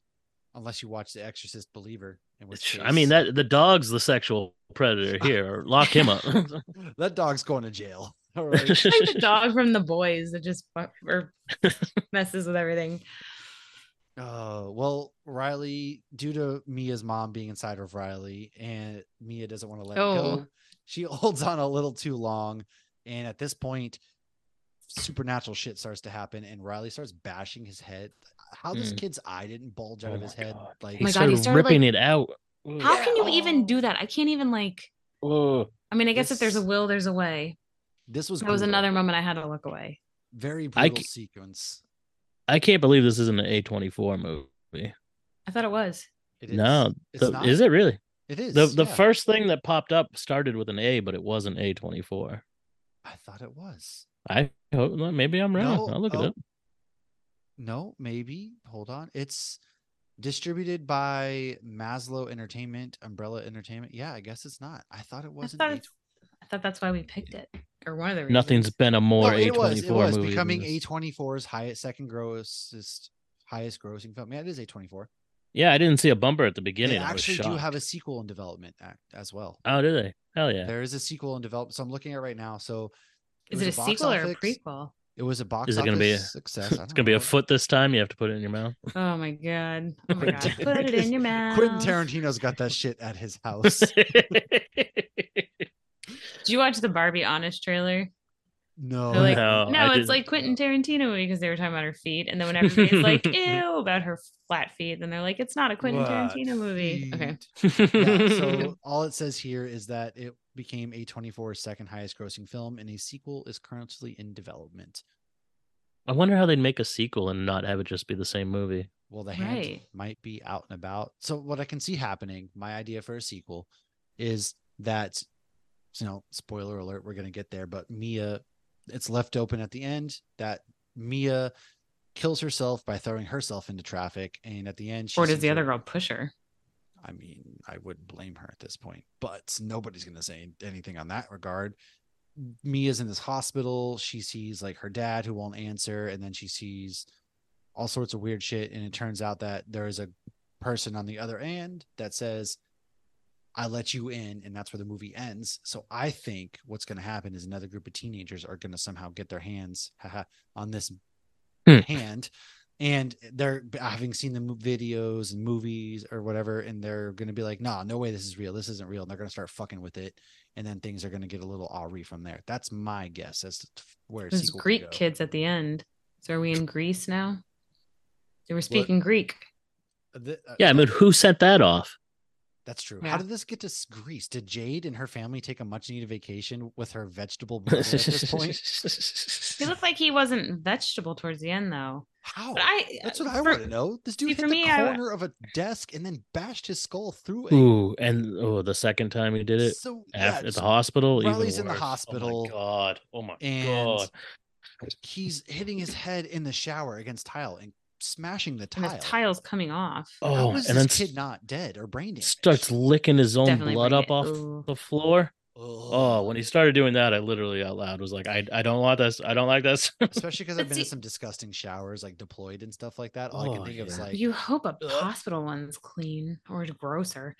Speaker 3: unless you watch The Exorcist Believer. In which
Speaker 2: Sh- I mean
Speaker 3: case-
Speaker 2: that the dog's the sexual predator here. or Lock him up.
Speaker 3: that dog's going to jail. All right.
Speaker 4: Like the dog from the boys that just fu- or messes with everything.
Speaker 3: Uh, well, Riley, due to Mia's mom being inside of Riley, and Mia doesn't want to let it go,
Speaker 4: Oh.
Speaker 3: she holds on a little too long. And at this point, supernatural shit starts to happen, and Riley starts bashing his head. How this
Speaker 2: Mm.
Speaker 3: kid's eye didn't bulge out
Speaker 2: Oh
Speaker 3: of
Speaker 2: my
Speaker 3: his head,
Speaker 2: God.
Speaker 3: like
Speaker 2: he
Speaker 4: my God,
Speaker 2: started
Speaker 4: he started, like-
Speaker 2: ripping it out. Ugh.
Speaker 4: How can you even do that? I can't even like.
Speaker 2: Ugh.
Speaker 4: I mean, I guess if there's a
Speaker 3: This-
Speaker 4: will, there's a way.
Speaker 3: this was
Speaker 4: That was
Speaker 3: brutal.
Speaker 4: another moment I had to look away.
Speaker 3: very
Speaker 2: I
Speaker 3: brutal
Speaker 2: ca-
Speaker 3: sequence.
Speaker 2: I can't believe this isn't an A24 movie.
Speaker 4: I thought it was.
Speaker 3: It
Speaker 2: No,
Speaker 3: It's
Speaker 2: the-
Speaker 3: not.
Speaker 2: is it really?
Speaker 3: It is.
Speaker 2: The the
Speaker 3: yeah.
Speaker 2: first thing that popped up started with an A, but it wasn't A24.
Speaker 3: I thought it was.
Speaker 2: I hope well, maybe I'm wrong.
Speaker 3: No,
Speaker 2: I'll look
Speaker 3: oh.
Speaker 2: it up.
Speaker 3: No, maybe. Hold on. It's distributed by Maslow Entertainment, Umbrella Entertainment. Yeah, I guess it's not. I thought it
Speaker 4: I
Speaker 3: wasn't.
Speaker 4: thought, it's, I thought that's why we picked it, or one of the reasons.
Speaker 2: Nothing's been a more
Speaker 3: no,
Speaker 2: A24
Speaker 3: Oh, it was. It was
Speaker 2: movie.
Speaker 3: becoming
Speaker 2: than this.
Speaker 3: A24's highest, second grossest, highest grossing film. Yeah, it is A24.
Speaker 2: Yeah, I didn't see a bumper at the beginning.
Speaker 3: They
Speaker 2: I was
Speaker 3: actually do
Speaker 2: shocked.
Speaker 3: have a sequel in development act as well.
Speaker 2: Oh, do they? Hell yeah!
Speaker 3: There is a sequel in development. So I'm looking at it right now. So
Speaker 4: Is it a
Speaker 3: was box
Speaker 4: sequel or a
Speaker 3: office-
Speaker 4: prequel?
Speaker 3: It was a box
Speaker 2: Is it
Speaker 3: office
Speaker 2: gonna be a-
Speaker 3: success. I
Speaker 2: it's
Speaker 3: don't
Speaker 2: gonna be
Speaker 3: know.
Speaker 2: a foot this time. You have to put it in your mouth.
Speaker 4: Oh my god! Oh my god!
Speaker 2: Quentin-
Speaker 4: Put it in your mouth.
Speaker 3: Quentin Tarantino's got that shit at his house.
Speaker 4: Did you watch the Barbie Honest trailer?
Speaker 3: No.
Speaker 4: They're like,
Speaker 2: no,
Speaker 4: no,
Speaker 2: Oh, I
Speaker 4: it's
Speaker 2: didn't.
Speaker 4: like Quentin Tarantino because they were talking about her feet, and then when everybody's like, "Ew," about her flat feet, then they're like, "It's not a Quentin
Speaker 3: What
Speaker 4: Tarantino movie." Okay,
Speaker 3: feet? yeah, so all it says here is that it became A24's second highest grossing film, and a sequel is currently in development.
Speaker 2: I wonder how they'd make a sequel and not have it just be the same movie.
Speaker 3: Well, the hand
Speaker 4: Right.
Speaker 3: might be out and about. So what I can see happening, my idea for a sequel is that you know, spoiler alert, we're gonna get there, but Mia it's left open at the end that Mia kills herself by throwing herself into traffic, and at the end she
Speaker 4: or does
Speaker 3: sees
Speaker 4: the other
Speaker 3: her-
Speaker 4: girl push her?
Speaker 3: I mean, I wouldn't blame her at this point, but nobody's going to say anything on that regard. Mia's in this hospital. She sees like her dad who won't answer, and then she sees all sorts of weird shit. And it turns out that there is a person on the other end that says, I let you in, and that's where the movie ends. So I think what's going to happen is another group of teenagers are going to somehow get their hands haha, on this
Speaker 2: Hmm.
Speaker 3: hand, and they're having seen the mo- videos and movies or whatever, and they're going to be like, "Nah, no way, this is real. This isn't real." And they're going to start fucking with it, and then things are going to get a little awry from there. That's my guess as to f- where
Speaker 4: Those
Speaker 3: sequel could
Speaker 4: Greek
Speaker 3: go.
Speaker 4: kids at the end. So are we in Greece now? They were speaking Greek.
Speaker 3: The- uh,
Speaker 2: Yeah, I
Speaker 3: that-
Speaker 2: mean, who sent that off?
Speaker 3: That's true.
Speaker 4: Yeah.
Speaker 3: How did this get to s- Greece? Did Jade and her family take a much needed vacation with her vegetable brother at this point?
Speaker 4: He looked like he wasn't vegetable towards the end, though.
Speaker 3: How?
Speaker 4: But I uh,
Speaker 3: That's what I
Speaker 4: for-
Speaker 3: want to know. This dude
Speaker 4: see,
Speaker 3: hit
Speaker 4: for
Speaker 3: the
Speaker 4: me, I-
Speaker 3: corner of a desk and then bashed his skull through it.
Speaker 2: Ooh, and oh, the second time he did it
Speaker 3: So yeah,
Speaker 2: after at
Speaker 3: just-
Speaker 2: the hospital. even
Speaker 3: Riley's in the
Speaker 2: worse.
Speaker 3: hospital,
Speaker 2: Oh my god! Oh my
Speaker 3: and
Speaker 2: god!
Speaker 3: he's hitting his head in the shower against tile and smashing the
Speaker 4: And
Speaker 3: tile.
Speaker 4: his tile's coming off.
Speaker 3: How
Speaker 2: Oh,
Speaker 3: was
Speaker 2: and then
Speaker 3: this kid not dead or brain damaged?
Speaker 2: starts licking his own
Speaker 4: Definitely
Speaker 2: blood
Speaker 4: bring
Speaker 2: up
Speaker 4: it.
Speaker 2: off
Speaker 4: Ooh.
Speaker 2: the floor. Oh,
Speaker 3: Ugh.
Speaker 2: when he started doing that, I literally out loud was like, "I, I don't want this. I don't like this."
Speaker 3: especially because I've
Speaker 4: But
Speaker 3: been in
Speaker 4: see-
Speaker 3: some disgusting showers, like deployed and stuff like that. All I
Speaker 2: Oh,
Speaker 3: can think of is
Speaker 2: yeah.
Speaker 3: like
Speaker 4: You hope a
Speaker 2: Ugh.
Speaker 4: hospital one's clean or grosser.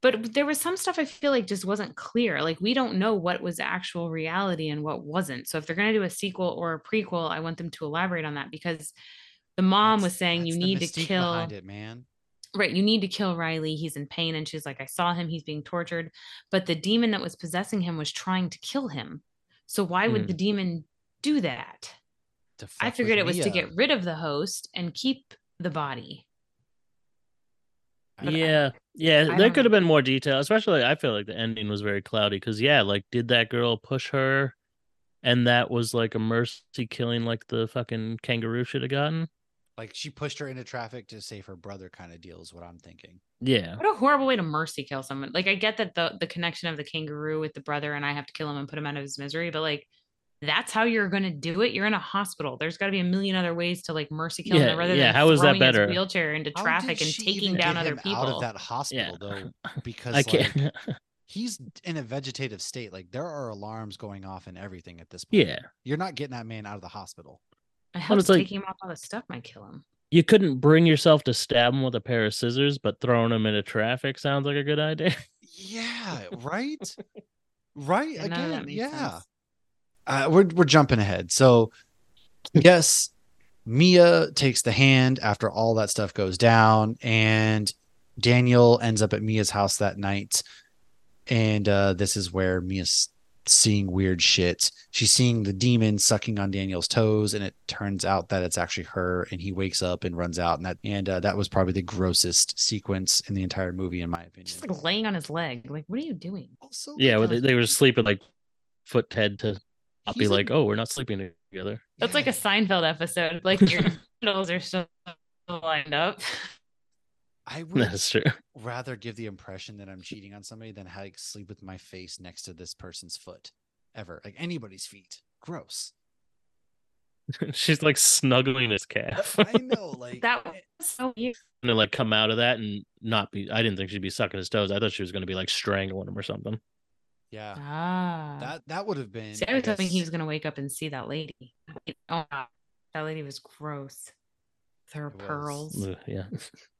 Speaker 4: But there was some stuff I feel like just wasn't clear. Like we don't know what was actual reality and what wasn't. So if they're going to do a sequel or a prequel, I want them to elaborate on that because the mom
Speaker 3: that's-
Speaker 4: was saying you
Speaker 3: that's the
Speaker 4: need to
Speaker 3: mystique
Speaker 4: kill
Speaker 3: behind it, man.
Speaker 4: right you need to kill riley he's in pain and she's like i saw him he's being tortured but the demon that was possessing him was trying to kill him so why would
Speaker 3: Hmm.
Speaker 4: the demon do that
Speaker 3: To
Speaker 4: i
Speaker 3: fuck with
Speaker 4: figured it was
Speaker 2: uh,
Speaker 4: to
Speaker 3: Mia.
Speaker 4: get rid of the host and keep the body But I-
Speaker 2: yeah, yeah,
Speaker 4: I
Speaker 2: there
Speaker 4: don't
Speaker 2: could
Speaker 4: know.
Speaker 2: have been more detail. Especially, I feel like the ending was very cloudy because, yeah, like, did that girl push her? And that was like a mercy killing, like the fucking kangaroo should have gotten.
Speaker 3: like she pushed her into traffic to save her brother kind of deal is what i'm thinking
Speaker 2: Yeah,
Speaker 4: what a horrible way to mercy kill someone like i get that the the connection of the kangaroo with the brother and i have to kill him and put him out of his misery but like that's how you're gonna do it. You're in a hospital. There's got to be a million other ways to like mercy kill
Speaker 2: Yeah,
Speaker 4: him rather
Speaker 2: yeah,
Speaker 4: than
Speaker 2: how is that
Speaker 4: throwing his
Speaker 2: better?
Speaker 4: wheelchair into
Speaker 3: How
Speaker 4: traffic
Speaker 3: did
Speaker 4: and
Speaker 3: she
Speaker 4: taking
Speaker 3: even
Speaker 4: down
Speaker 3: get
Speaker 4: other
Speaker 3: him
Speaker 4: people.
Speaker 3: out of that
Speaker 2: yeah.
Speaker 3: hospital though because
Speaker 2: I can't.
Speaker 3: Like, he's in a vegetative state like there are alarms going off and everything at this point
Speaker 2: yeah,
Speaker 3: you're not getting that man out of the hospital
Speaker 4: I hope
Speaker 2: it's like-
Speaker 4: taking him off all the stuff might kill him.
Speaker 2: you couldn't bring yourself to stab him with a pair of scissors, but throwing him into traffic sounds like a good idea.
Speaker 3: yeah right right
Speaker 4: Yeah, none of that
Speaker 3: again
Speaker 4: made
Speaker 3: yeah
Speaker 4: sense.
Speaker 3: uh, we're we're jumping ahead. So yes, Mia takes the hand after all that stuff goes down, and Daniel ends up at Mia's house that night. And uh, this is where Mia's seeing weird shit. She's seeing the demon sucking on Daniel's toes, and it turns out that it's actually her. And he wakes up and runs out, and that and uh, that was probably the grossest sequence in the entire movie, in my opinion.
Speaker 4: Just like laying on his leg. Like, what are you doing?
Speaker 3: also,
Speaker 2: yeah, well,
Speaker 3: like,
Speaker 2: they, they were sleeping like foot head to not be
Speaker 3: he's a-
Speaker 2: like, oh, we're not sleeping together.
Speaker 4: That's like a
Speaker 3: yeah.
Speaker 4: Seinfeld episode. Like you're candles are still lined up.
Speaker 3: I would
Speaker 2: That's true.
Speaker 3: rather give the impression that I'm cheating on somebody than like sleep with my face next to this person's foot ever. Like anybody's feet. Gross.
Speaker 2: She's like snuggling his calf.
Speaker 3: I know, like eh.
Speaker 4: That was so weird.
Speaker 2: and then, like come out of that and not be I didn't think she'd be sucking his toes. I thought she was gonna be like strangling him or something.
Speaker 3: yeah.
Speaker 4: Ah.
Speaker 3: That that would have been
Speaker 4: See, I
Speaker 3: I
Speaker 4: was hoping he
Speaker 3: guess-
Speaker 4: was going to wake up and see that lady. Oh, wow. that lady was gross. With her
Speaker 3: It was.
Speaker 4: pearls.
Speaker 2: Ugh, yeah.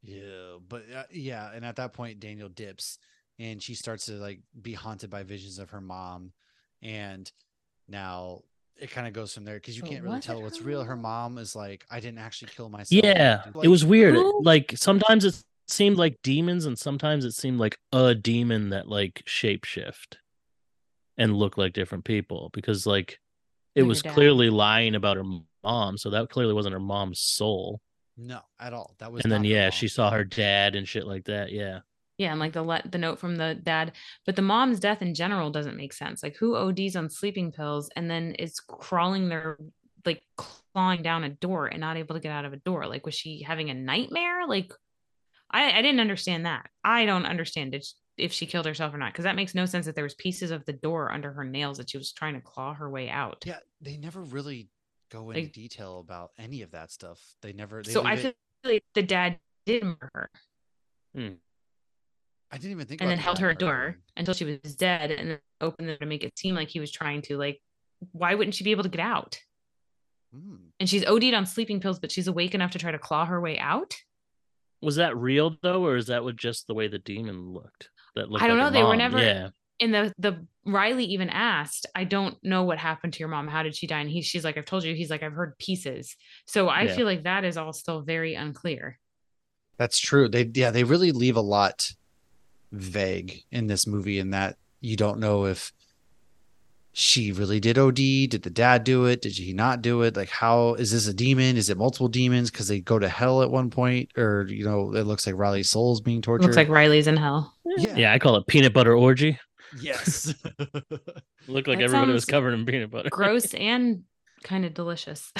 Speaker 3: Yeah, but uh, yeah, and at that point, Daniel dips, and she starts to like be haunted by visions of her mom, and now it kind of goes from there because you
Speaker 4: But Oh.
Speaker 3: can't really
Speaker 4: was it
Speaker 3: tell what's
Speaker 4: her
Speaker 3: real. Her
Speaker 4: mom?
Speaker 3: mom is like, "I didn't actually kill myself."
Speaker 2: Yeah.
Speaker 3: and,
Speaker 2: it
Speaker 3: like,
Speaker 2: was weird.
Speaker 4: who-
Speaker 2: Like sometimes it seemed like demons and sometimes it seemed like a demon that like shapeshift and look like different people because like it
Speaker 4: Like her
Speaker 2: was
Speaker 4: dad.
Speaker 2: clearly lying about her mom, so that clearly wasn't her mom's soul.
Speaker 3: no at all. That was
Speaker 2: and then
Speaker 3: not her
Speaker 2: yeah,
Speaker 3: mom.
Speaker 2: she saw her dad and shit like that. Yeah.
Speaker 4: Yeah, and like the let the note from the dad, but the mom's death in general doesn't make sense. Like who ODs on sleeping pills and then is crawling their like clawing down a door and not able to get out of a door? Like was she having a nightmare? Like I I didn't understand that. I don't understand if, if she killed herself or not because that makes no sense that there was pieces of the door under her nails that she was trying to claw her way out.
Speaker 3: Yeah, they never really go into
Speaker 4: Like-
Speaker 3: detail about any of that stuff. They never. They
Speaker 4: so I
Speaker 3: leave
Speaker 4: feel
Speaker 3: it-
Speaker 4: like the dad did murder her.
Speaker 3: I didn't even think. about
Speaker 4: and then
Speaker 3: the
Speaker 4: held
Speaker 3: dad
Speaker 4: her a
Speaker 3: part of
Speaker 4: door
Speaker 3: it.
Speaker 4: until she was dead and then opened it to make it seem like he was trying to like why wouldn't she be able to get out
Speaker 3: Hmm.
Speaker 4: and she's OD'd on sleeping pills but she's awake enough to try to claw her way out
Speaker 2: Was that real though, or is that what just the way the demon looked? That looked
Speaker 4: I don't
Speaker 2: like
Speaker 4: know,
Speaker 2: her
Speaker 4: they were
Speaker 2: mom?
Speaker 4: never-
Speaker 2: Yeah.
Speaker 4: and the the Riley even asked I don't know what happened to your mom how did she die and he she's like I've told you he's like I've heard pieces so I
Speaker 2: Yeah.
Speaker 4: feel like that is all still very unclear
Speaker 3: That's true. They yeah, they really leave a lot vague in this movie in that you don't know if she really did OD, did the dad do it, did he not do it? Like how is this a demon? Is it multiple demons cuz they go to hell at one point or you know, it looks like Riley's soul's being
Speaker 4: It
Speaker 3: tortured.
Speaker 4: looks like Riley's in hell
Speaker 3: yeah.
Speaker 2: Yeah, I call it peanut butter orgy.
Speaker 3: Yes.
Speaker 2: Looked like
Speaker 4: That
Speaker 2: everybody was
Speaker 4: sounds
Speaker 2: covered in peanut butter.
Speaker 4: gross and kind of delicious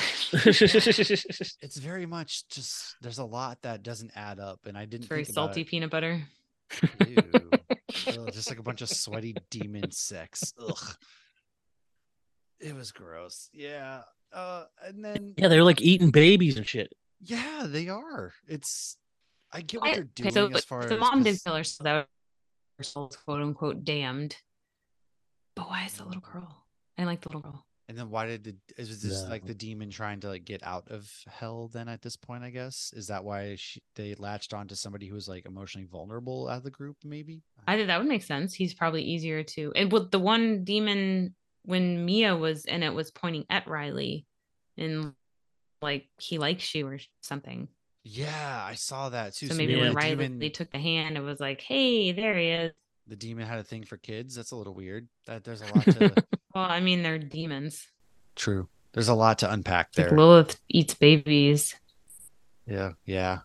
Speaker 3: it's very much just there's a lot that doesn't add up and I didn't
Speaker 4: very
Speaker 3: think about
Speaker 4: salty
Speaker 3: it.
Speaker 4: peanut butter
Speaker 3: Ew. Ugh, just like a bunch of sweaty demon sex. Ugh. It was gross. Yeah. Uh, and then
Speaker 2: yeah, they're like eating babies and shit.
Speaker 3: yeah, they are. It's I get what they're doing
Speaker 4: Okay, so
Speaker 3: as far
Speaker 4: the
Speaker 3: as
Speaker 4: mom did
Speaker 3: 'cause-
Speaker 4: kill herself, that her soul's quote unquote damned. But why is the little girl? I like the little girl.
Speaker 3: and then why did the is it just like
Speaker 2: No.
Speaker 3: the demon trying to like get out of hell then at this point, I guess? Is that why she, they latched onto somebody who was like emotionally vulnerable out of the group, maybe?
Speaker 4: I think that would make sense. He's probably easier to. And with the one demon when Mia was in it was pointing at Riley, and like he likes you or something.
Speaker 3: yeah, I saw that too.
Speaker 4: So maybe
Speaker 2: maybe
Speaker 4: when
Speaker 3: the
Speaker 4: Riley
Speaker 3: demon,
Speaker 4: took the hand, it was like, "Hey, there he is."
Speaker 3: the demon had a thing for kids. That's a little weird. That there's a lot to
Speaker 4: Well, I mean, they're demons.
Speaker 3: True. There's a lot to unpack
Speaker 4: Like
Speaker 3: there.
Speaker 4: Lilith eats babies.
Speaker 3: Yeah. Yeah.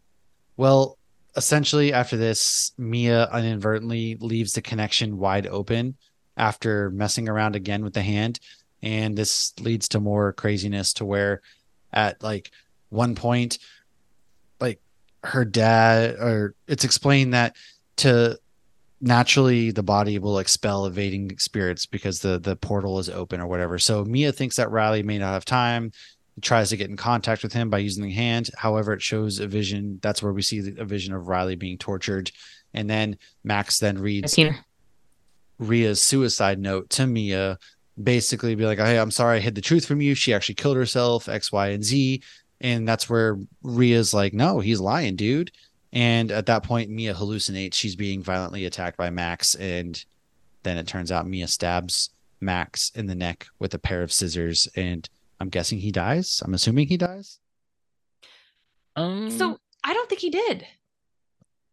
Speaker 3: Well, essentially, after this, Mia inadvertently leaves the connection wide open after messing around again with the hand. And this leads to more craziness to where, at like one point, like her dad, or it's explained that to naturally the body will expel evading spirits because the the portal is open or whatever. So Mia thinks that Riley may not have time tries to get in contact with him by using the hand. However, it shows a vision. That's where we see the- a vision of Riley being tortured. And then Max then
Speaker 4: I've
Speaker 3: reads
Speaker 4: seen her.
Speaker 3: Ria's suicide note to Mia, basically be like, "Hey, I'm sorry I hid the truth from you. She actually killed herself. X, Y, and Z." And that's where Ria's like, "No, he's lying, dude." And at that point, Mia hallucinates. She's being violently attacked by Max, and then it turns out Mia stabs Max in the neck with a pair of scissors. And I'm guessing he dies. I'm assuming he dies.
Speaker 2: Um,
Speaker 4: So I don't think he did.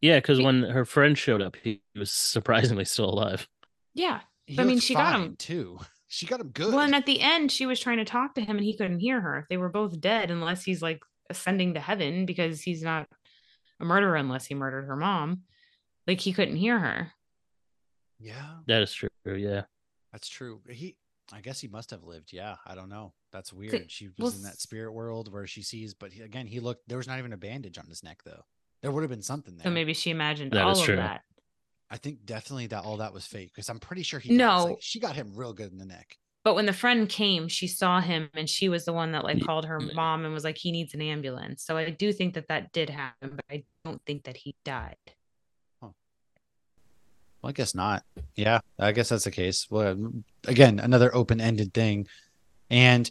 Speaker 2: yeah, because when her friend showed up, he was surprisingly still alive.
Speaker 4: Yeah.
Speaker 3: He
Speaker 4: But I mean,
Speaker 3: looked
Speaker 4: she got him.
Speaker 3: fine, too. She got him good.
Speaker 4: Well, and at the end, she was trying to talk to him and he couldn't hear her. They were both dead unless he's like ascending to heaven because he's not a murderer unless he murdered her mom. Like he couldn't hear her.
Speaker 3: yeah,
Speaker 2: That is true. Yeah,
Speaker 3: that's true. He I guess he must have lived. Yeah, I don't know. That's weird. she was
Speaker 4: well,
Speaker 3: in that
Speaker 4: s-
Speaker 3: spirit world where she sees, but he, again, he looked. There was not even a bandage on his neck, though. There would have been something there.
Speaker 4: So maybe she imagined
Speaker 2: That is
Speaker 4: all of
Speaker 2: true.
Speaker 4: that.
Speaker 3: I think definitely that all that was fake because I'm pretty sure he. dies. Like,
Speaker 4: No.
Speaker 3: she got him real good in the neck.
Speaker 4: But when the friend came, she saw him and she was the one that
Speaker 3: Mm-hmm.
Speaker 4: like
Speaker 2: Ye-
Speaker 4: called her
Speaker 2: yeah.
Speaker 4: mom and was like, he needs an ambulance. So I do think that that did happen, but I don't think that he died.
Speaker 3: Well, I guess not. Yeah, I guess that's the case. Well, um, again, another open-ended thing. And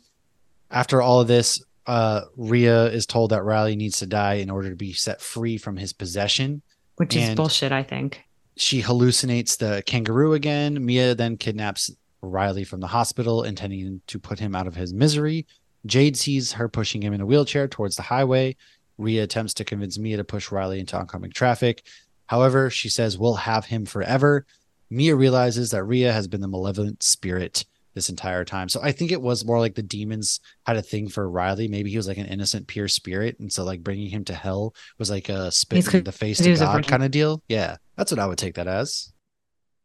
Speaker 3: after all of this, uh, Rhea is told that Riley needs to die in order to be set free from his possession.
Speaker 4: Which is
Speaker 3: And-
Speaker 4: bullshit, I think.
Speaker 3: She hallucinates the kangaroo again. Mia then kidnaps Riley from the hospital, intending to put him out of his misery. Jade sees her pushing him in a wheelchair towards the highway. Rhea attempts to convince Mia to push Riley into oncoming traffic. However, she says, We'll have him forever. Mia realizes that Rhea has been the malevolent spirit this entire time. So I think it was more like the demons had a thing for Riley. Maybe he was like an innocent, pure spirit. And so, like, bringing him to hell was like a spit in the face
Speaker 4: he
Speaker 3: to
Speaker 4: was a
Speaker 3: God
Speaker 4: virgin.
Speaker 3: kind of deal. Yeah. That's what I would take that as.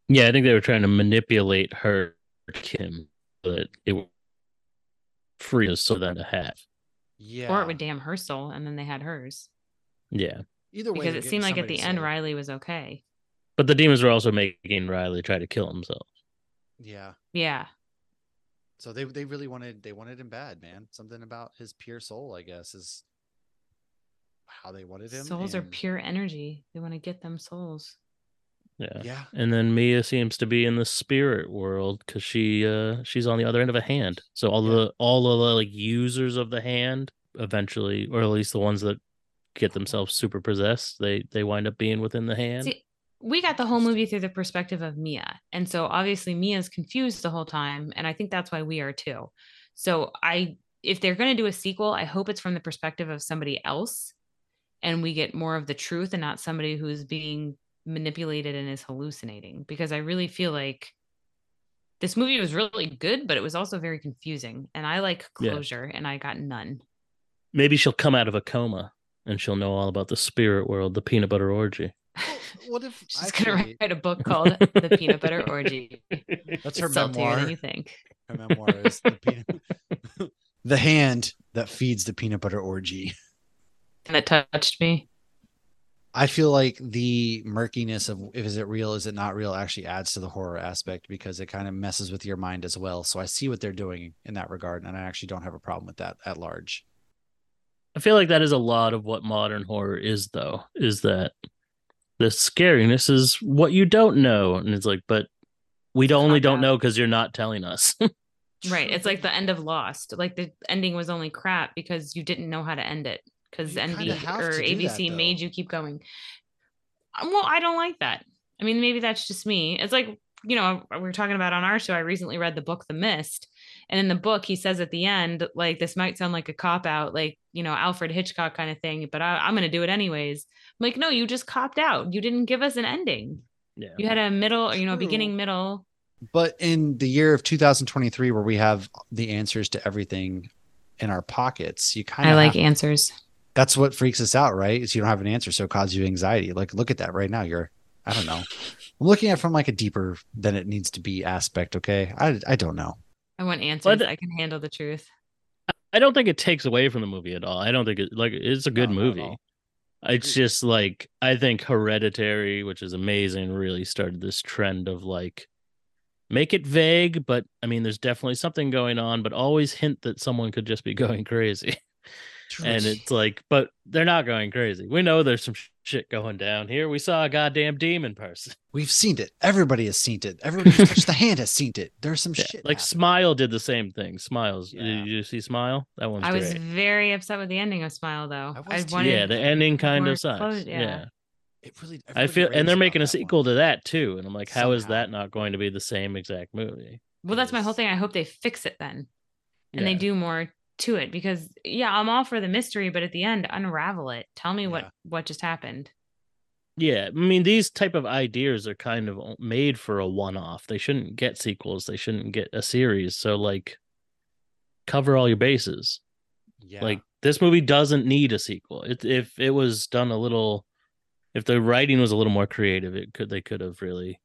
Speaker 2: Yeah, I think they were trying to manipulate her Kim, but it was free us so them to have.
Speaker 3: Yeah.
Speaker 4: Or it would damn her soul and then they had hers.
Speaker 2: Yeah.
Speaker 3: Either way,
Speaker 4: Because
Speaker 3: you're
Speaker 4: it
Speaker 3: getting
Speaker 4: seemed like at the
Speaker 3: somebody's
Speaker 4: end
Speaker 3: soul.
Speaker 4: Riley was okay.
Speaker 2: But the demons were also making Riley try to kill himself.
Speaker 3: Yeah.
Speaker 4: Yeah.
Speaker 3: So they they really wanted they wanted him bad, man. Something about his pure soul, I guess, is how they wanted him.
Speaker 4: Souls are
Speaker 3: and-
Speaker 4: pure energy. They want to get them souls.
Speaker 2: Yeah.
Speaker 3: Yeah.
Speaker 2: And then Mia seems to be in the spirit world because she uh she's on the other end of a hand. So all the all of the like users of the hand eventually, or at least the ones that get themselves super possessed, they they wind up being within the hand.
Speaker 4: See, we got the whole movie through the perspective of Mia. And so obviously Mia's confused the whole time. And I think that's why we are too. So I if they're gonna do a sequel, I hope it's from the perspective of somebody else and we get more of the truth and not somebody who's being manipulated and is hallucinating. Because I really feel like this movie was really good, but it was also very confusing. And I like
Speaker 2: Yeah.
Speaker 4: closure and I got none.
Speaker 2: Maybe she'll come out of a coma and she'll know all about the spirit world, the peanut butter orgy.
Speaker 3: Well, what if
Speaker 4: She's
Speaker 3: actually,
Speaker 4: gonna write a book called The Peanut Butter Orgy.
Speaker 3: that's her
Speaker 4: It's saltier
Speaker 3: memoir?
Speaker 4: Than you think.
Speaker 3: Her memoir is the, peanut- the hand that feeds the peanut butter orgy.
Speaker 4: And it touched me.
Speaker 3: I feel like the murkiness of if is it real, is it not real, actually adds to the horror aspect because it kind of messes with your mind as well. So I see what they're doing in that regard, and I actually don't have a problem with that at large.
Speaker 2: I feel like that is a lot of what modern horror is, though, is that the scariness is what you don't know. And it's like, but we don't- only
Speaker 4: not
Speaker 2: don't
Speaker 4: bad.
Speaker 2: know because you're not telling us.
Speaker 4: Right. It's like the end of Lost. Like the ending was only crap because you didn't know how to end it because
Speaker 3: You kinda
Speaker 4: NB
Speaker 3: have
Speaker 4: or
Speaker 3: to do that,
Speaker 4: ABC made
Speaker 3: though.
Speaker 4: you keep going. Um, Well, I don't like that. I mean, maybe that's just me. It's like, you know, we were talking about on our show. I recently read the book The Mist. And in the book, he says at the end, like, this might sound like a cop out, like, you know, Alfred Hitchcock kind of thing, but I, I'm going to do it anyways. I'm like, no, you just copped out. You didn't give us an ending.
Speaker 2: yeah.
Speaker 4: You had a middle, you know,
Speaker 3: True.
Speaker 4: beginning, middle,
Speaker 3: But in the year of 2023, where we have the answers to everything in our pockets, you kind
Speaker 4: I
Speaker 3: of
Speaker 4: like answers.
Speaker 3: that's what freaks us out, right? Is you don't have an answer, so it causes you anxiety. Like, look at that right now. You're, I don't know. I'm looking at it from like a deeper than it needs to be aspect. Okay, I I don't know.
Speaker 4: I want answers.
Speaker 2: But-
Speaker 4: I can handle the truth.
Speaker 2: I don't think it takes away from the movie at all. I don't think it, like, it's a good
Speaker 3: No, not at
Speaker 2: movie.
Speaker 3: all.
Speaker 2: It's just like, I think Hereditary, which is amazing, really started this trend of like, make it vague, but I mean, there's definitely something going on, but always hint that someone could just be going crazy. and it's like, but they're not going crazy. We know there's some sh- shit going down here. We saw a goddamn demon person.
Speaker 3: We've seen it. Everybody has seen it. Everybody who's touched the hand has seen it. There's some
Speaker 2: Yeah,
Speaker 3: shit.
Speaker 2: Like
Speaker 3: happening.
Speaker 2: Smile did the same thing. Smiles.
Speaker 3: Yeah.
Speaker 2: Did you see Smile? That one's
Speaker 4: I was
Speaker 2: great.
Speaker 4: very upset with the ending of Smile, though.
Speaker 3: I
Speaker 4: I
Speaker 3: was too.
Speaker 4: wanted
Speaker 2: Yeah, the ending kind
Speaker 4: more
Speaker 2: of sucks.
Speaker 4: closure,
Speaker 2: yeah.
Speaker 4: yeah.
Speaker 3: it really.
Speaker 2: I
Speaker 3: everybody
Speaker 2: feel, and they're
Speaker 3: raves
Speaker 2: making a
Speaker 3: about that one.
Speaker 2: sequel to that too. And I'm like, how is
Speaker 3: Somehow.
Speaker 2: that not going to be the same exact movie?
Speaker 4: well, that's my whole
Speaker 3: is-
Speaker 4: thing. I hope they fix it then, and they
Speaker 2: Yeah.
Speaker 4: do more to it because, yeah, I'm all for the mystery, but at the end, unravel it. Tell me what
Speaker 3: Yeah.
Speaker 4: what just happened.
Speaker 2: Yeah, I mean these type of ideas are kind of o- made for a one-off. They shouldn't get sequels. They shouldn't get a series. So like, cover all your bases.
Speaker 3: Yeah.
Speaker 2: Like this movie doesn't need a sequel. It, if it was done a little, if the writing was a little more creative, it could they could have really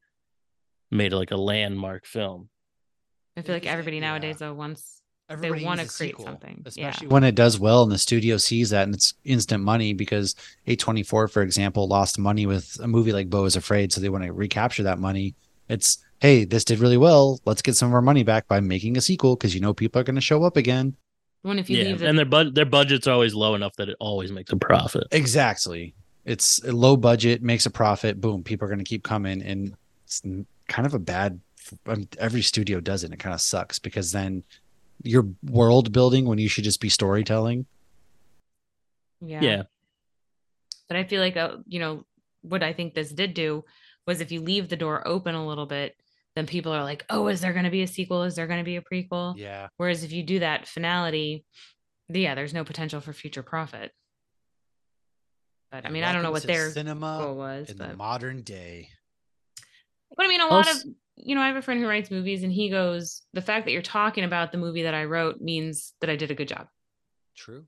Speaker 2: made like a landmark film.
Speaker 4: I I feel like
Speaker 3: Isn't it-
Speaker 4: everybody
Speaker 3: yeah.
Speaker 4: nowadays though wants
Speaker 3: Everybody
Speaker 4: wanna
Speaker 3: needs a
Speaker 4: create
Speaker 3: sequel,
Speaker 4: something. Yeah.
Speaker 3: especially when it does well and the studio sees that and it's instant money because A24, for example, lost money with a movie like Bo is Afraid, so they want to recapture that money. It's hey, this did really well. Let's get some of our money back by making a sequel because you know people are going to show up again.
Speaker 4: when if you
Speaker 2: Yeah,
Speaker 4: leave it,
Speaker 2: and their bud their budgets are always low enough that it always makes a profit.
Speaker 3: Exactly. It's a low budget, makes a profit. Boom, people are going to keep coming, and it's n- kind of a bad. I mean, every studio does it. And it kind of sucks because then you're world building when you should just be storytelling.
Speaker 4: yeah.
Speaker 2: Yeah.
Speaker 4: But I feel like uh, you know what I think this did do was if you leave the door open a little bit, then people are like, oh, is there going to be a sequel? Is there going to be a prequel?
Speaker 3: Yeah.
Speaker 4: Whereas if you do that finality, yeah, there's no potential for future profit. But I mean, I don't know what their goal
Speaker 3: cinema
Speaker 4: was,
Speaker 3: in the
Speaker 4: but
Speaker 3: modern day.
Speaker 4: But I mean, a lot of
Speaker 2: Also-
Speaker 4: you know, I have a friend who writes movies, and he goes, "The fact that you're talking about the movie that I wrote means that I did a good job."
Speaker 3: True.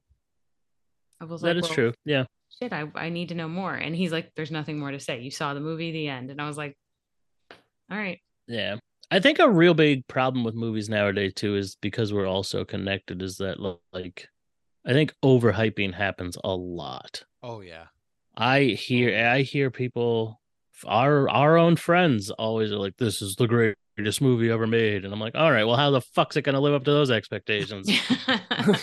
Speaker 4: I was
Speaker 2: That
Speaker 4: like,
Speaker 2: is
Speaker 4: "Well,
Speaker 2: true. Yeah.
Speaker 4: Shit, I I need to know more. And he's like, "There's nothing more to say. You saw the movie, the end." And I was like, "All right,
Speaker 2: Yeah. I think a real big problem with movies nowadays too is because we're all so connected is that like I think overhyping happens a lot.
Speaker 3: Oh yeah.
Speaker 2: I hear I hear people our our own friends always are like this is the greatest movie ever made and I'm like all right well how the fuck's it going to live up to those expectations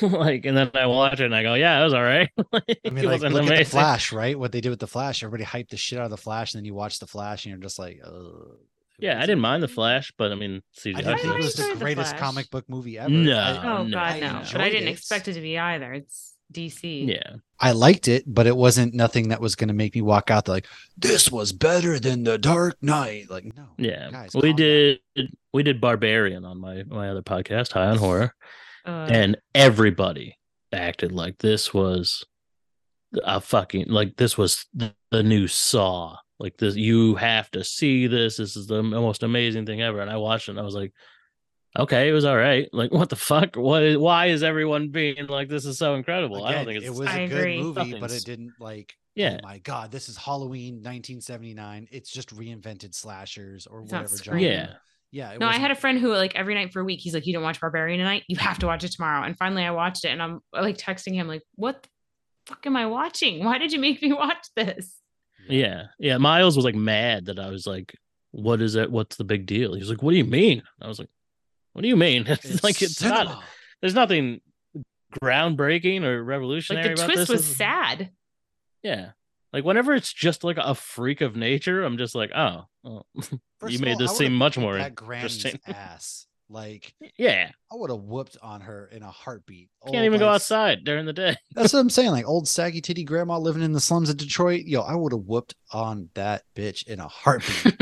Speaker 2: like and then I watch it and I go yeah it was all right
Speaker 3: I mean, like, look at the Flash, right? What they did with the Flash, everybody hyped the shit out of the Flash, and then you watch the Flash, and you're just like, Ugh,
Speaker 2: yeah I didn't mind the Flash but I mean CGI
Speaker 3: I didn't think it
Speaker 2: sucks.
Speaker 3: was the
Speaker 4: enjoyed The
Speaker 3: greatest
Speaker 4: Flash.
Speaker 3: comic book movie ever.
Speaker 2: No.
Speaker 3: I-
Speaker 4: oh
Speaker 2: no.
Speaker 4: god,
Speaker 3: I
Speaker 4: no." But I
Speaker 3: enjoyed
Speaker 4: didn't
Speaker 3: it.
Speaker 4: expect it to be either. It's DC.
Speaker 2: yeah
Speaker 3: I liked it, but it wasn't nothing that was going to make me walk out there like this was better than the Dark Knight. Like no,
Speaker 2: yeah
Speaker 3: guys,
Speaker 2: we
Speaker 3: calm down.
Speaker 2: did we did Barbarian on my my other podcast High on Horror
Speaker 4: Uh,
Speaker 2: and everybody acted like this was a fucking like this was th- the new saw like this you have to see this this is the most amazing thing ever and i watched it and i was like okay it was all right like what the fuck what why is everyone being like this is so incredible i don't
Speaker 3: Again,
Speaker 2: think it's
Speaker 3: it was a
Speaker 4: I
Speaker 3: good
Speaker 4: agree.
Speaker 3: movie, but
Speaker 2: Nothing's-
Speaker 3: it didn't like.
Speaker 2: Yeah.
Speaker 3: Oh my God, this is Halloween 1979. It's just reinvented slashers or
Speaker 4: It's not
Speaker 3: whatever.
Speaker 4: Scream.
Speaker 3: genre.
Speaker 2: yeah
Speaker 3: yeah. it
Speaker 4: no, I
Speaker 3: wasn't-
Speaker 4: had a friend who like every night for a week, he's like, "You don't watch Barbarian tonight? You have to watch it tomorrow." And finally, I watched it, and I'm like texting him, like, "What the fuck am I watching? Why did you make me watch this?"
Speaker 2: yeah yeah miles was like mad that i was like what is it what's the big deal he was like what do you mean i was like what do you mean it's, like it's not
Speaker 3: cinema.
Speaker 2: there's nothing groundbreaking or
Speaker 4: Like
Speaker 2: revolutionary
Speaker 4: the
Speaker 2: about
Speaker 4: twist
Speaker 2: this.
Speaker 4: was
Speaker 2: This is-
Speaker 4: sad.
Speaker 2: Yeah. Like whenever it's just like a freak of nature, I'm just like, oh, well,
Speaker 3: First
Speaker 2: you
Speaker 3: of
Speaker 2: made
Speaker 3: all, I
Speaker 2: this
Speaker 3: would've
Speaker 2: seem much
Speaker 3: whooped
Speaker 2: more.
Speaker 3: that granny's
Speaker 2: interesting.
Speaker 3: ass. Like
Speaker 2: yeah,
Speaker 3: I would have whooped on her in a heartbeat. Oh
Speaker 2: can't
Speaker 3: Old,
Speaker 2: even go
Speaker 3: like,
Speaker 2: outside during the day.
Speaker 3: That's what I'm saying. Like old saggy titty grandma living in the slums of Detroit. Yo, I would have whooped on that bitch in a heartbeat.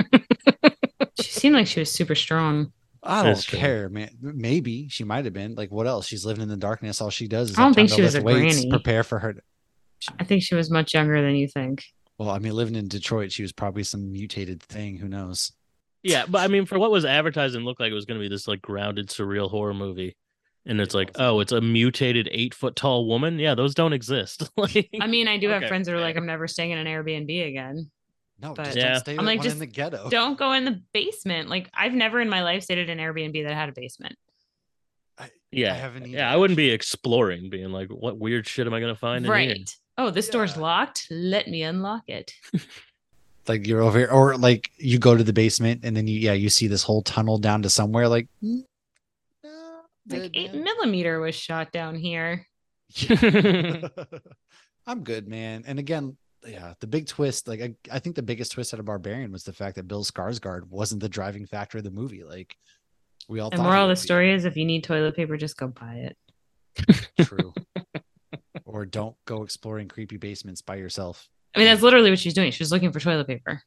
Speaker 4: She seemed like she was super strong.
Speaker 3: I don't
Speaker 2: That's true.
Speaker 3: care, man. Maybe she might have been. Like, what else? She's living in the darkness. All she does is
Speaker 4: I don't
Speaker 3: like,
Speaker 4: think
Speaker 3: trying to
Speaker 4: she was
Speaker 3: lift
Speaker 4: a
Speaker 3: weights,
Speaker 4: granny.
Speaker 3: prepare for her.
Speaker 4: I think she was much younger than you think.
Speaker 3: Well, I mean, living in Detroit, she was probably some mutated thing. Who knows?
Speaker 2: Yeah, but I mean, for what was advertised and looked like it was going to be this like grounded, surreal horror movie, and it's
Speaker 3: It
Speaker 2: like,
Speaker 3: wasn't.
Speaker 2: oh, it's a mutated eight foot tall woman. Yeah, those don't exist. like,
Speaker 4: I mean, I do have
Speaker 2: Okay.
Speaker 4: friends that are like, I'm never staying in an Airbnb again.
Speaker 3: No,
Speaker 4: But-
Speaker 3: just
Speaker 2: Yeah.
Speaker 3: don't stay
Speaker 4: I'm
Speaker 3: with
Speaker 4: like,
Speaker 3: one
Speaker 4: just
Speaker 3: in the ghetto.
Speaker 4: Don't go in the basement. Like, I've never in my life stayed at an Airbnb that had a basement.
Speaker 3: I
Speaker 2: yeah,
Speaker 3: haven't. either,
Speaker 2: yeah, I wouldn't
Speaker 3: actually.
Speaker 2: be exploring, being like, what weird shit am I going to find? In here?
Speaker 4: Right. Oh, this door's
Speaker 3: Yeah.
Speaker 4: locked. Let me unlock it.
Speaker 3: like you're over here, or like you go to the basement and then you yeah you see this whole tunnel down to somewhere. Like, mm, no,
Speaker 4: Like,
Speaker 3: good,
Speaker 4: eight
Speaker 3: man.
Speaker 4: millimeter was shot down here.
Speaker 3: I'm good, man. And again, yeah, the big twist, like I, I think the biggest twist out of Barbarian was the fact that Bill Skarsgård wasn't the driving factor of the movie. Like we all
Speaker 4: The
Speaker 3: thought he
Speaker 4: moral of
Speaker 3: would
Speaker 4: the
Speaker 3: be.
Speaker 4: story is if you need toilet paper, just go buy it.
Speaker 3: true. or don't go exploring creepy basements by yourself.
Speaker 4: I mean, that's literally what she's doing. She was looking for toilet paper.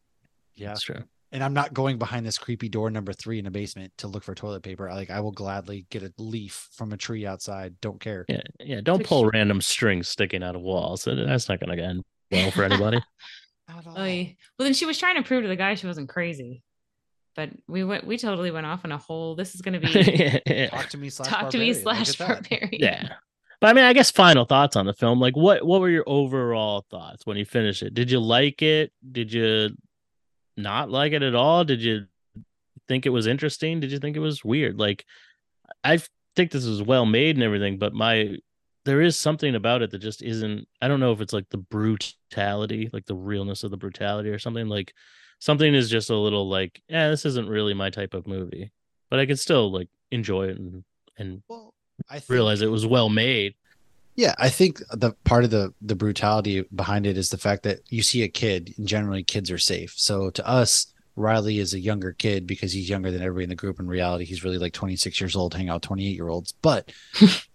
Speaker 3: Yeah.
Speaker 2: That's true.
Speaker 3: And I'm not going behind this creepy door number three in a basement to look for toilet paper. I, Like I will gladly get a leaf from a tree outside. Don't care.
Speaker 2: Yeah, yeah. Don't
Speaker 4: Which-
Speaker 2: pull random strings sticking out of walls. That- That's not going to end well for anybody.
Speaker 3: At all.
Speaker 4: Oy. Well, then she was trying to prove to the guy she wasn't crazy. But we went, we totally went off on a whole. This is going to be
Speaker 2: yeah.
Speaker 3: Talk to me slash
Speaker 4: talk to me
Speaker 3: Barbarian. Look
Speaker 4: slash
Speaker 3: at that.
Speaker 4: barbarian.
Speaker 2: But I mean, I guess final thoughts on the film. Like, what what were your overall thoughts when you finished it? Did you like it? Did you not like it at all? Did you think it was interesting? Did you think it was weird? Like, I think this was well made and everything, but my there is something about it that just isn't. I don't know if it's like the brutality, like the realness of the brutality, or something like something is just a little like, yeah, this isn't really my type of movie, but I could still like enjoy it and and
Speaker 3: Well, I think,
Speaker 2: realize it was well made.
Speaker 3: Yeah, I think the part of the the brutality behind it is the fact that you see a kid, and generally kids are safe. So to us, Riley is a younger kid because he's younger than everybody in the group. In reality, he's really like 26 years old, hang out 28 year olds. But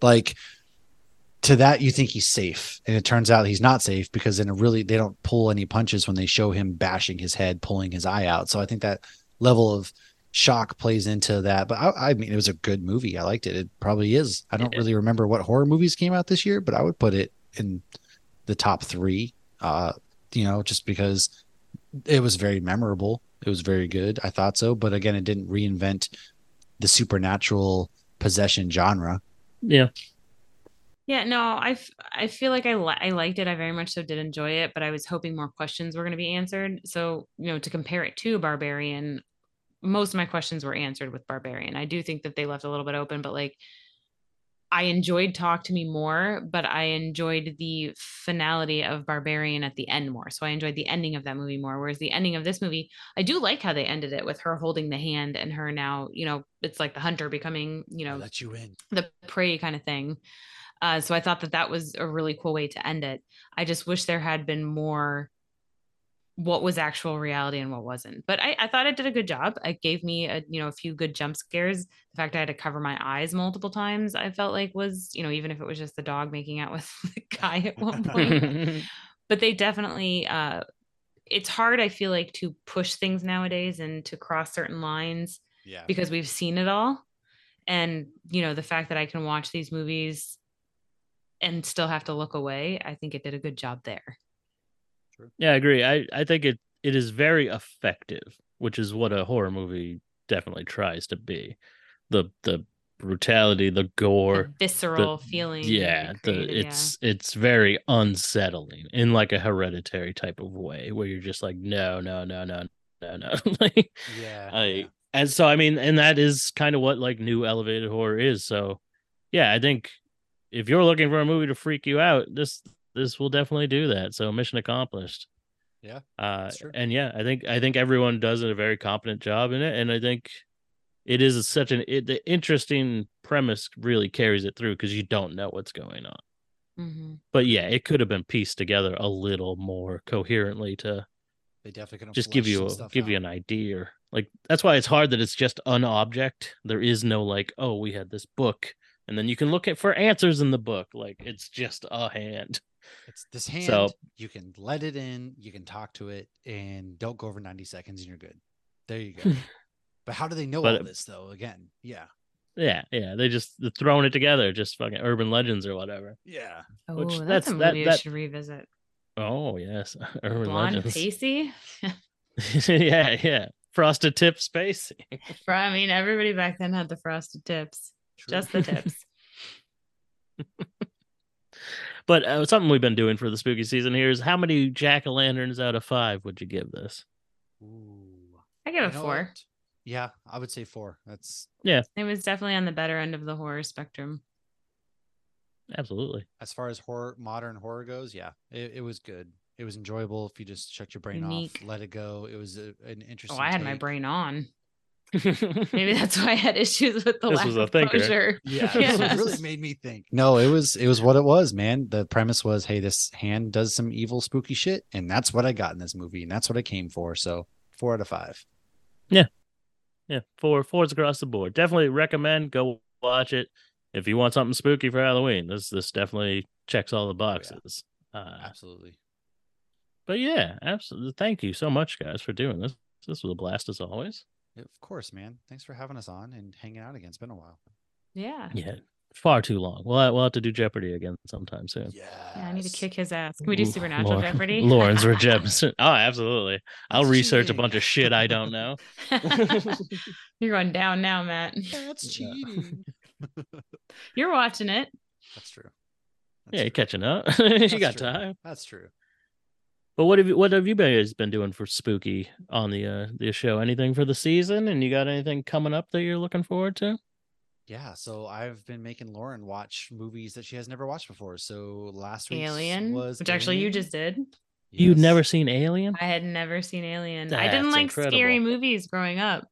Speaker 3: like to that, you think he's safe, and it turns out he's not safe because in a really they don't pull any punches when they show him bashing his head, pulling his eye out. So I think that level of shock plays into that. But I, I mean, it was a good movie. I liked it. It probably is. I don't
Speaker 2: Yeah.
Speaker 3: really remember what horror movies came out this year, but I would put it in the top three. Uh, you know, just because it was very memorable. It was very good. I thought so. But again, it didn't reinvent the supernatural possession genre.
Speaker 2: Yeah,
Speaker 4: Yeah, no, I, f- I feel like I li- I liked it. I very much so did enjoy it, but I was hoping more questions were going to be answered. So, you know, to compare it to Barbarian, most of my questions were answered with Barbarian. I do think that they left a little bit open, but like I enjoyed Talk to Me more, but I enjoyed the finality of Barbarian at the end more. So I enjoyed the ending of that movie more. Whereas the ending of this movie, I do like how they ended it with her holding the hand and her now, you know, it's like the hunter becoming, you know,
Speaker 3: let you in.
Speaker 4: the prey kind of thing. Uh, so I thought that that was a really cool way to end it. I just wish there had been more what was actual reality and what wasn't. But I, I thought I did a good job. It gave me a you know a few good jump scares. The fact I had to cover my eyes multiple times, I felt like was you know even if it was just the dog making out with the guy at one point but they definitely uh it's hard i feel like to push things nowadays and to cross certain lines
Speaker 3: Yeah.
Speaker 4: because we've seen it all and you know the fact that i can watch these movies and still have to look away i think it did a good job there
Speaker 2: yeah, I agree. I I think it it is very effective, which is what a horror movie definitely tries to be. The the brutality, the gore,
Speaker 4: the visceral feeling that it
Speaker 2: yeah the,
Speaker 4: created, yeah.
Speaker 2: it's it's very unsettling in like a hereditary type of way where you're just like no no no no no no like
Speaker 3: Yeah.
Speaker 2: I- and so i mean and that is kind of what like new elevated horror is so yeah i think if you're looking for a movie to freak you out this this will definitely do that so mission accomplished
Speaker 3: Yeah,
Speaker 2: uh
Speaker 3: that's true.
Speaker 2: and yeah i think i think everyone does a very competent job in it and i think it is such an it, the interesting premise really carries it through because you don't know what's going on
Speaker 4: Mhm.
Speaker 2: but yeah, it could have been pieced together a little more coherently to
Speaker 3: They definitely could
Speaker 2: just give you a, give you an idea. or- Like that's why it's hard that it's just an object. There is no like, oh, we had this book, and then you can look at for answers in the book. Like it's just a hand.
Speaker 3: It's this hand.
Speaker 2: So-
Speaker 3: you can let it in. You can talk to it, and don't go over ninety seconds, and you're good. There you go. but how do they know
Speaker 2: But-
Speaker 3: all this though? Again, yeah,
Speaker 2: Yeah, yeah. They just they're throwing it together, just fucking urban legends or whatever.
Speaker 3: yeah.
Speaker 4: oh
Speaker 2: Which-
Speaker 4: that's,
Speaker 2: that's-
Speaker 4: a
Speaker 2: that-
Speaker 4: movie i
Speaker 2: that-
Speaker 4: should revisit
Speaker 2: Oh yes, urban
Speaker 4: blonde
Speaker 2: legends.
Speaker 4: pacey
Speaker 2: yeah, yeah. Frosted tip space.
Speaker 4: Fro- i mean everybody back then had the frosted tips just the tips
Speaker 2: But uh, something we've been doing for the spooky season here is how many jack o' lanterns out of five would you give this?
Speaker 3: Ooh.
Speaker 4: i give
Speaker 3: You
Speaker 4: it
Speaker 3: know
Speaker 4: four
Speaker 3: what? Yeah, I would say four. That's
Speaker 4: It was definitely on the better end of the horror spectrum.
Speaker 2: Absolutely.
Speaker 3: as far as horror, modern horror goes. Yeah, it, it was good. It was enjoyable. If you just shut your brain
Speaker 4: Unique.
Speaker 3: off, let it go. It was a, an interesting.
Speaker 4: Oh, I had my
Speaker 3: take.
Speaker 4: brain on.
Speaker 2: yeah,
Speaker 4: Maybe that's why I had issues with the
Speaker 2: This
Speaker 4: lack
Speaker 2: was a
Speaker 4: of
Speaker 2: thinker.
Speaker 4: closure.
Speaker 3: Yeah,
Speaker 4: Yeah.
Speaker 3: it really made me think. No, it was it was what it was, man. The premise was, hey, this hand does some evil, spooky shit, and that's what I got in this movie, and that's what I came for. So four out of five.
Speaker 2: four fours across the board. Definitely recommend go watch it if you want something spooky for Halloween. This this definitely checks all the boxes. uh,
Speaker 3: Absolutely.
Speaker 2: but yeah, absolutely. Thank you so much, guys, for doing this. This was a blast as always.
Speaker 3: Of course, man. Thanks for having us on and hanging out again. It's been a while.
Speaker 4: Yeah.
Speaker 2: Yeah, far too long. We'll we'll have to do Jeopardy again sometime soon.
Speaker 3: Yeah.
Speaker 4: Yeah, I need to kick his ass. Can we do
Speaker 2: Ooh,
Speaker 4: Supernatural
Speaker 2: Lauren-
Speaker 4: Jeopardy?
Speaker 2: Lawrence or Jepson. Oh, absolutely. I'll
Speaker 3: That's
Speaker 2: research a
Speaker 3: cheating.
Speaker 2: bunch of shit I don't know.
Speaker 4: You're going down now, Matt.
Speaker 3: That's
Speaker 2: Yeah.
Speaker 3: cheating.
Speaker 4: You're watching it.
Speaker 3: That's true. That's
Speaker 2: yeah, you're
Speaker 3: true.
Speaker 2: catching up. you
Speaker 3: That's
Speaker 2: got
Speaker 3: true.
Speaker 2: time.
Speaker 3: That's true.
Speaker 2: But what have you what have you guys been doing for spooky on the uh the show? Anything for the season? And you got anything coming up that you're looking forward to?
Speaker 3: Yeah, so I've been making Lauren watch movies that she has never watched before. So last week
Speaker 4: Alien,
Speaker 3: was
Speaker 4: which actually you
Speaker 3: Alien.
Speaker 4: just did.
Speaker 2: You'd
Speaker 3: Yes.
Speaker 2: never seen Alien?
Speaker 4: I had never seen Alien. I
Speaker 2: That's
Speaker 4: didn't like scary
Speaker 2: incredible.
Speaker 4: movies growing up.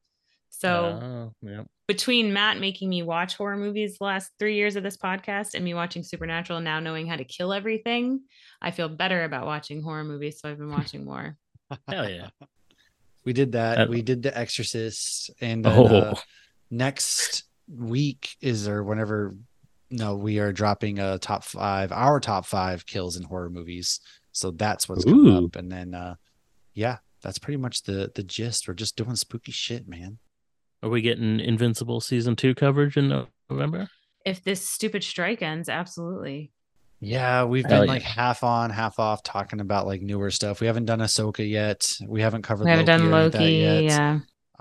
Speaker 4: So
Speaker 2: Oh, yeah.
Speaker 4: between Matt making me watch horror movies the last three years of this podcast and me watching Supernatural and now knowing how to kill everything, I feel better about watching horror movies. So I've been watching more.
Speaker 2: Hell yeah.
Speaker 3: we did that.
Speaker 2: That-
Speaker 3: we did The Exorcist, and then, uh,
Speaker 2: Oh,
Speaker 3: next week is or whenever. No, we are dropping a top five, our top five kills in horror movies. So that's what's coming
Speaker 2: Ooh.
Speaker 3: up, and then uh, yeah, that's pretty much the the gist. We're just doing spooky shit, man.
Speaker 2: are we getting Invincible season two coverage in No- November?
Speaker 4: If this stupid strike ends, absolutely.
Speaker 3: Yeah, we've been
Speaker 2: Hell yeah.
Speaker 3: like half on, half off talking about like newer stuff. We haven't done Ahsoka yet. We haven't covered.
Speaker 4: We haven't
Speaker 3: Loki
Speaker 4: done
Speaker 3: or anything
Speaker 4: Loki.
Speaker 3: yet.
Speaker 4: Yeah.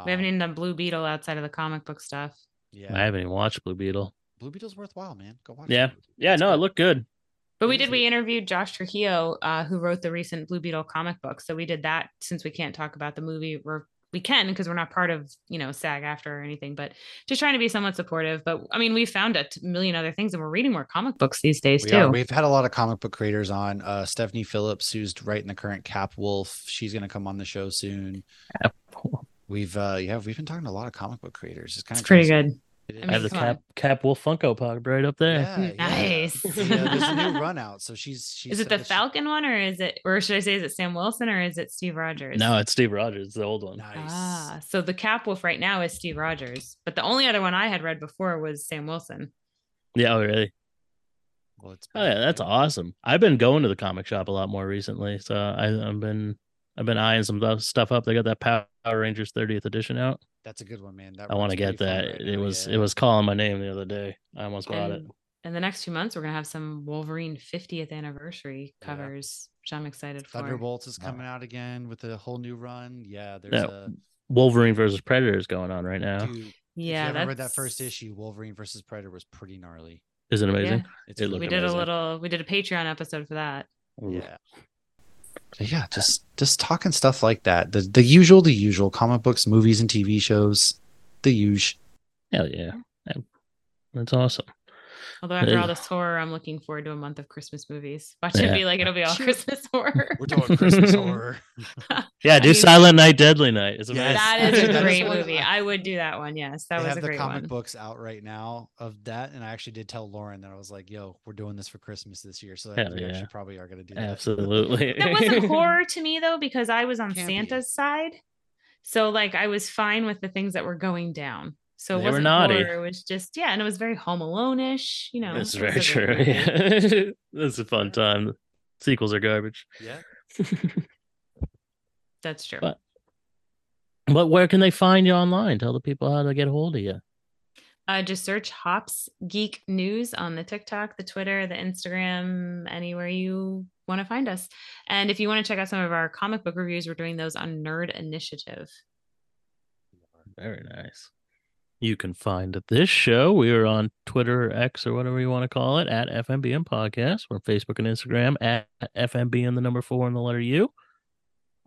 Speaker 4: We haven't
Speaker 3: Um,
Speaker 4: even done Blue Beetle outside of the comic book stuff.
Speaker 3: Yeah,
Speaker 2: I haven't even watched Blue Beetle.
Speaker 3: Blue Beetle's worthwhile, man. Go watch.
Speaker 2: Yeah.
Speaker 3: it.
Speaker 2: Yeah,
Speaker 3: It's
Speaker 2: no, it
Speaker 3: good.
Speaker 2: looked good.
Speaker 4: But we
Speaker 3: What is
Speaker 4: did. We
Speaker 3: it?
Speaker 4: interviewed Josh Trujillo, uh, who wrote the recent Blue Beetle comic book. So we did that since we can't talk about the movie. We're, we can because we're not part of you know SAG after or anything. But just trying to be somewhat supportive. But I mean, we found a t- million other things, and we're reading more comic books these days
Speaker 3: We
Speaker 4: too.
Speaker 3: are. We've had a lot of comic book creators on. Uh, Stephanie Phillips, who's writing the current Cap Wolf, she's going to come on the show soon. We've uh, yeah, we've been talking to a lot of comic book creators. It's kind
Speaker 4: it's
Speaker 3: of
Speaker 4: pretty good.
Speaker 2: I have the
Speaker 4: come
Speaker 2: Cap, Cap Wolf Funko Pop right up there.
Speaker 3: Yeah, yeah.
Speaker 4: Nice.
Speaker 3: Yeah, there's a new run out, so she's she's.
Speaker 4: Is it the Falcon one, or is it, or should I say, is it Sam Wilson, or is it Steve Rogers?
Speaker 2: No, it's Steve Rogers, the old one.
Speaker 3: Nice.
Speaker 4: Ah, so the Cap Wolf right now is Steve Rogers, but the only other one I had read before was Sam Wilson.
Speaker 2: Yeah, oh, really?
Speaker 3: Well, it's
Speaker 2: Oh yeah, that's awesome. I've been going to the comic shop a lot more recently, so I, I've been I've been eyeing some th- stuff up. They got that Power Rangers 30th edition out.
Speaker 3: That's a good one, man. That
Speaker 2: I want
Speaker 3: run's
Speaker 2: to get
Speaker 3: pretty fun
Speaker 2: that.
Speaker 3: right
Speaker 2: it
Speaker 3: now,
Speaker 2: was
Speaker 3: yeah.
Speaker 2: it was calling my name the other day. I almost bought it.
Speaker 4: And in the next few months, we're gonna have some Wolverine 50th anniversary
Speaker 3: Yeah.
Speaker 4: covers, which I'm excited for.
Speaker 3: Thunderbolts is
Speaker 1: Wow.
Speaker 3: coming out again with a whole new run. Yeah, there's
Speaker 2: Yeah. Wolverine versus Predator is going on right now.
Speaker 3: a. Dude,
Speaker 4: Yeah,
Speaker 3: if you
Speaker 4: that's
Speaker 3: haven't read that first issue, Wolverine versus Predator was pretty gnarly.
Speaker 2: Is it amazing?
Speaker 3: It's
Speaker 2: It
Speaker 3: really
Speaker 2: looked
Speaker 4: We
Speaker 3: good.
Speaker 4: did a
Speaker 2: amazing.
Speaker 4: little. We did a Patreon episode for that.
Speaker 2: Ooh.
Speaker 3: yeah But yeah just just talking stuff like that the the usual the usual comic books movies and tv shows the huge
Speaker 2: Hell yeah. That- That's awesome.
Speaker 4: Although after
Speaker 2: Yeah.
Speaker 4: all this horror, I'm looking forward to a month of Christmas movies. Watch it
Speaker 2: Yeah.
Speaker 4: be like it'll be all
Speaker 3: Sure.
Speaker 4: Christmas horror.
Speaker 3: we're talking christmas horror
Speaker 2: Yeah,
Speaker 4: I
Speaker 2: do
Speaker 4: mean-
Speaker 2: Silent Night, Deadly Night. It's amazing.
Speaker 3: Yes.
Speaker 4: That is
Speaker 3: That is
Speaker 4: a great
Speaker 3: one
Speaker 4: movie.
Speaker 3: I-
Speaker 4: I would do that one. Yes, that
Speaker 3: they
Speaker 4: was
Speaker 3: have
Speaker 4: a
Speaker 3: the
Speaker 4: great
Speaker 3: comic
Speaker 4: one.
Speaker 3: books out right now of that and i actually did tell lauren that i was like yo we're doing this for christmas this year so that
Speaker 2: Hell
Speaker 3: we
Speaker 2: yeah.
Speaker 3: actually probably are going to do that
Speaker 2: Absolutely.
Speaker 4: That wasn't horror to me though, because I was on
Speaker 3: Can't be.
Speaker 4: Santa's side. So like I was fine with the things that were going down. So it
Speaker 2: They were
Speaker 4: wasn't
Speaker 2: naughty.
Speaker 4: horror. It was just yeah, and it was very home alone-ish, you know.
Speaker 2: That's
Speaker 4: it was
Speaker 2: very
Speaker 4: a
Speaker 2: true.
Speaker 4: good movie.
Speaker 2: Yeah. That's a fun time. Sequels are garbage.
Speaker 3: yeah
Speaker 4: That's true.
Speaker 2: But- But where can they find you online? Tell the people how to get hold of you.
Speaker 4: Uh, just search Hops Geek News on the TikTok, the Twitter, the Instagram, anywhere you want to find us. And if you want to check out some of our comic book reviews, we're doing those on Nerd Initiative.
Speaker 2: Very nice. You can find this show. We are on Twitter or X or whatever you want to call it at FMBM Podcast. We're on Facebook and Instagram at FMBM, the number four and the letter U.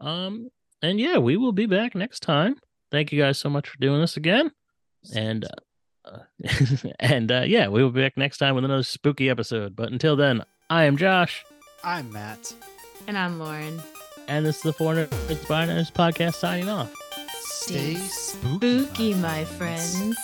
Speaker 2: Um, and yeah, we will be back next time. Thank you guys so much for doing this again. And uh, and uh, yeah, we will be back next time with another spooky episode. But until then, I am Josh,
Speaker 3: i'm matt
Speaker 4: And I'm Lauren.
Speaker 2: and this is the Four Nerds by Nerds podcast signing off.
Speaker 3: stay
Speaker 4: Spooky,
Speaker 3: spooky
Speaker 4: my friends.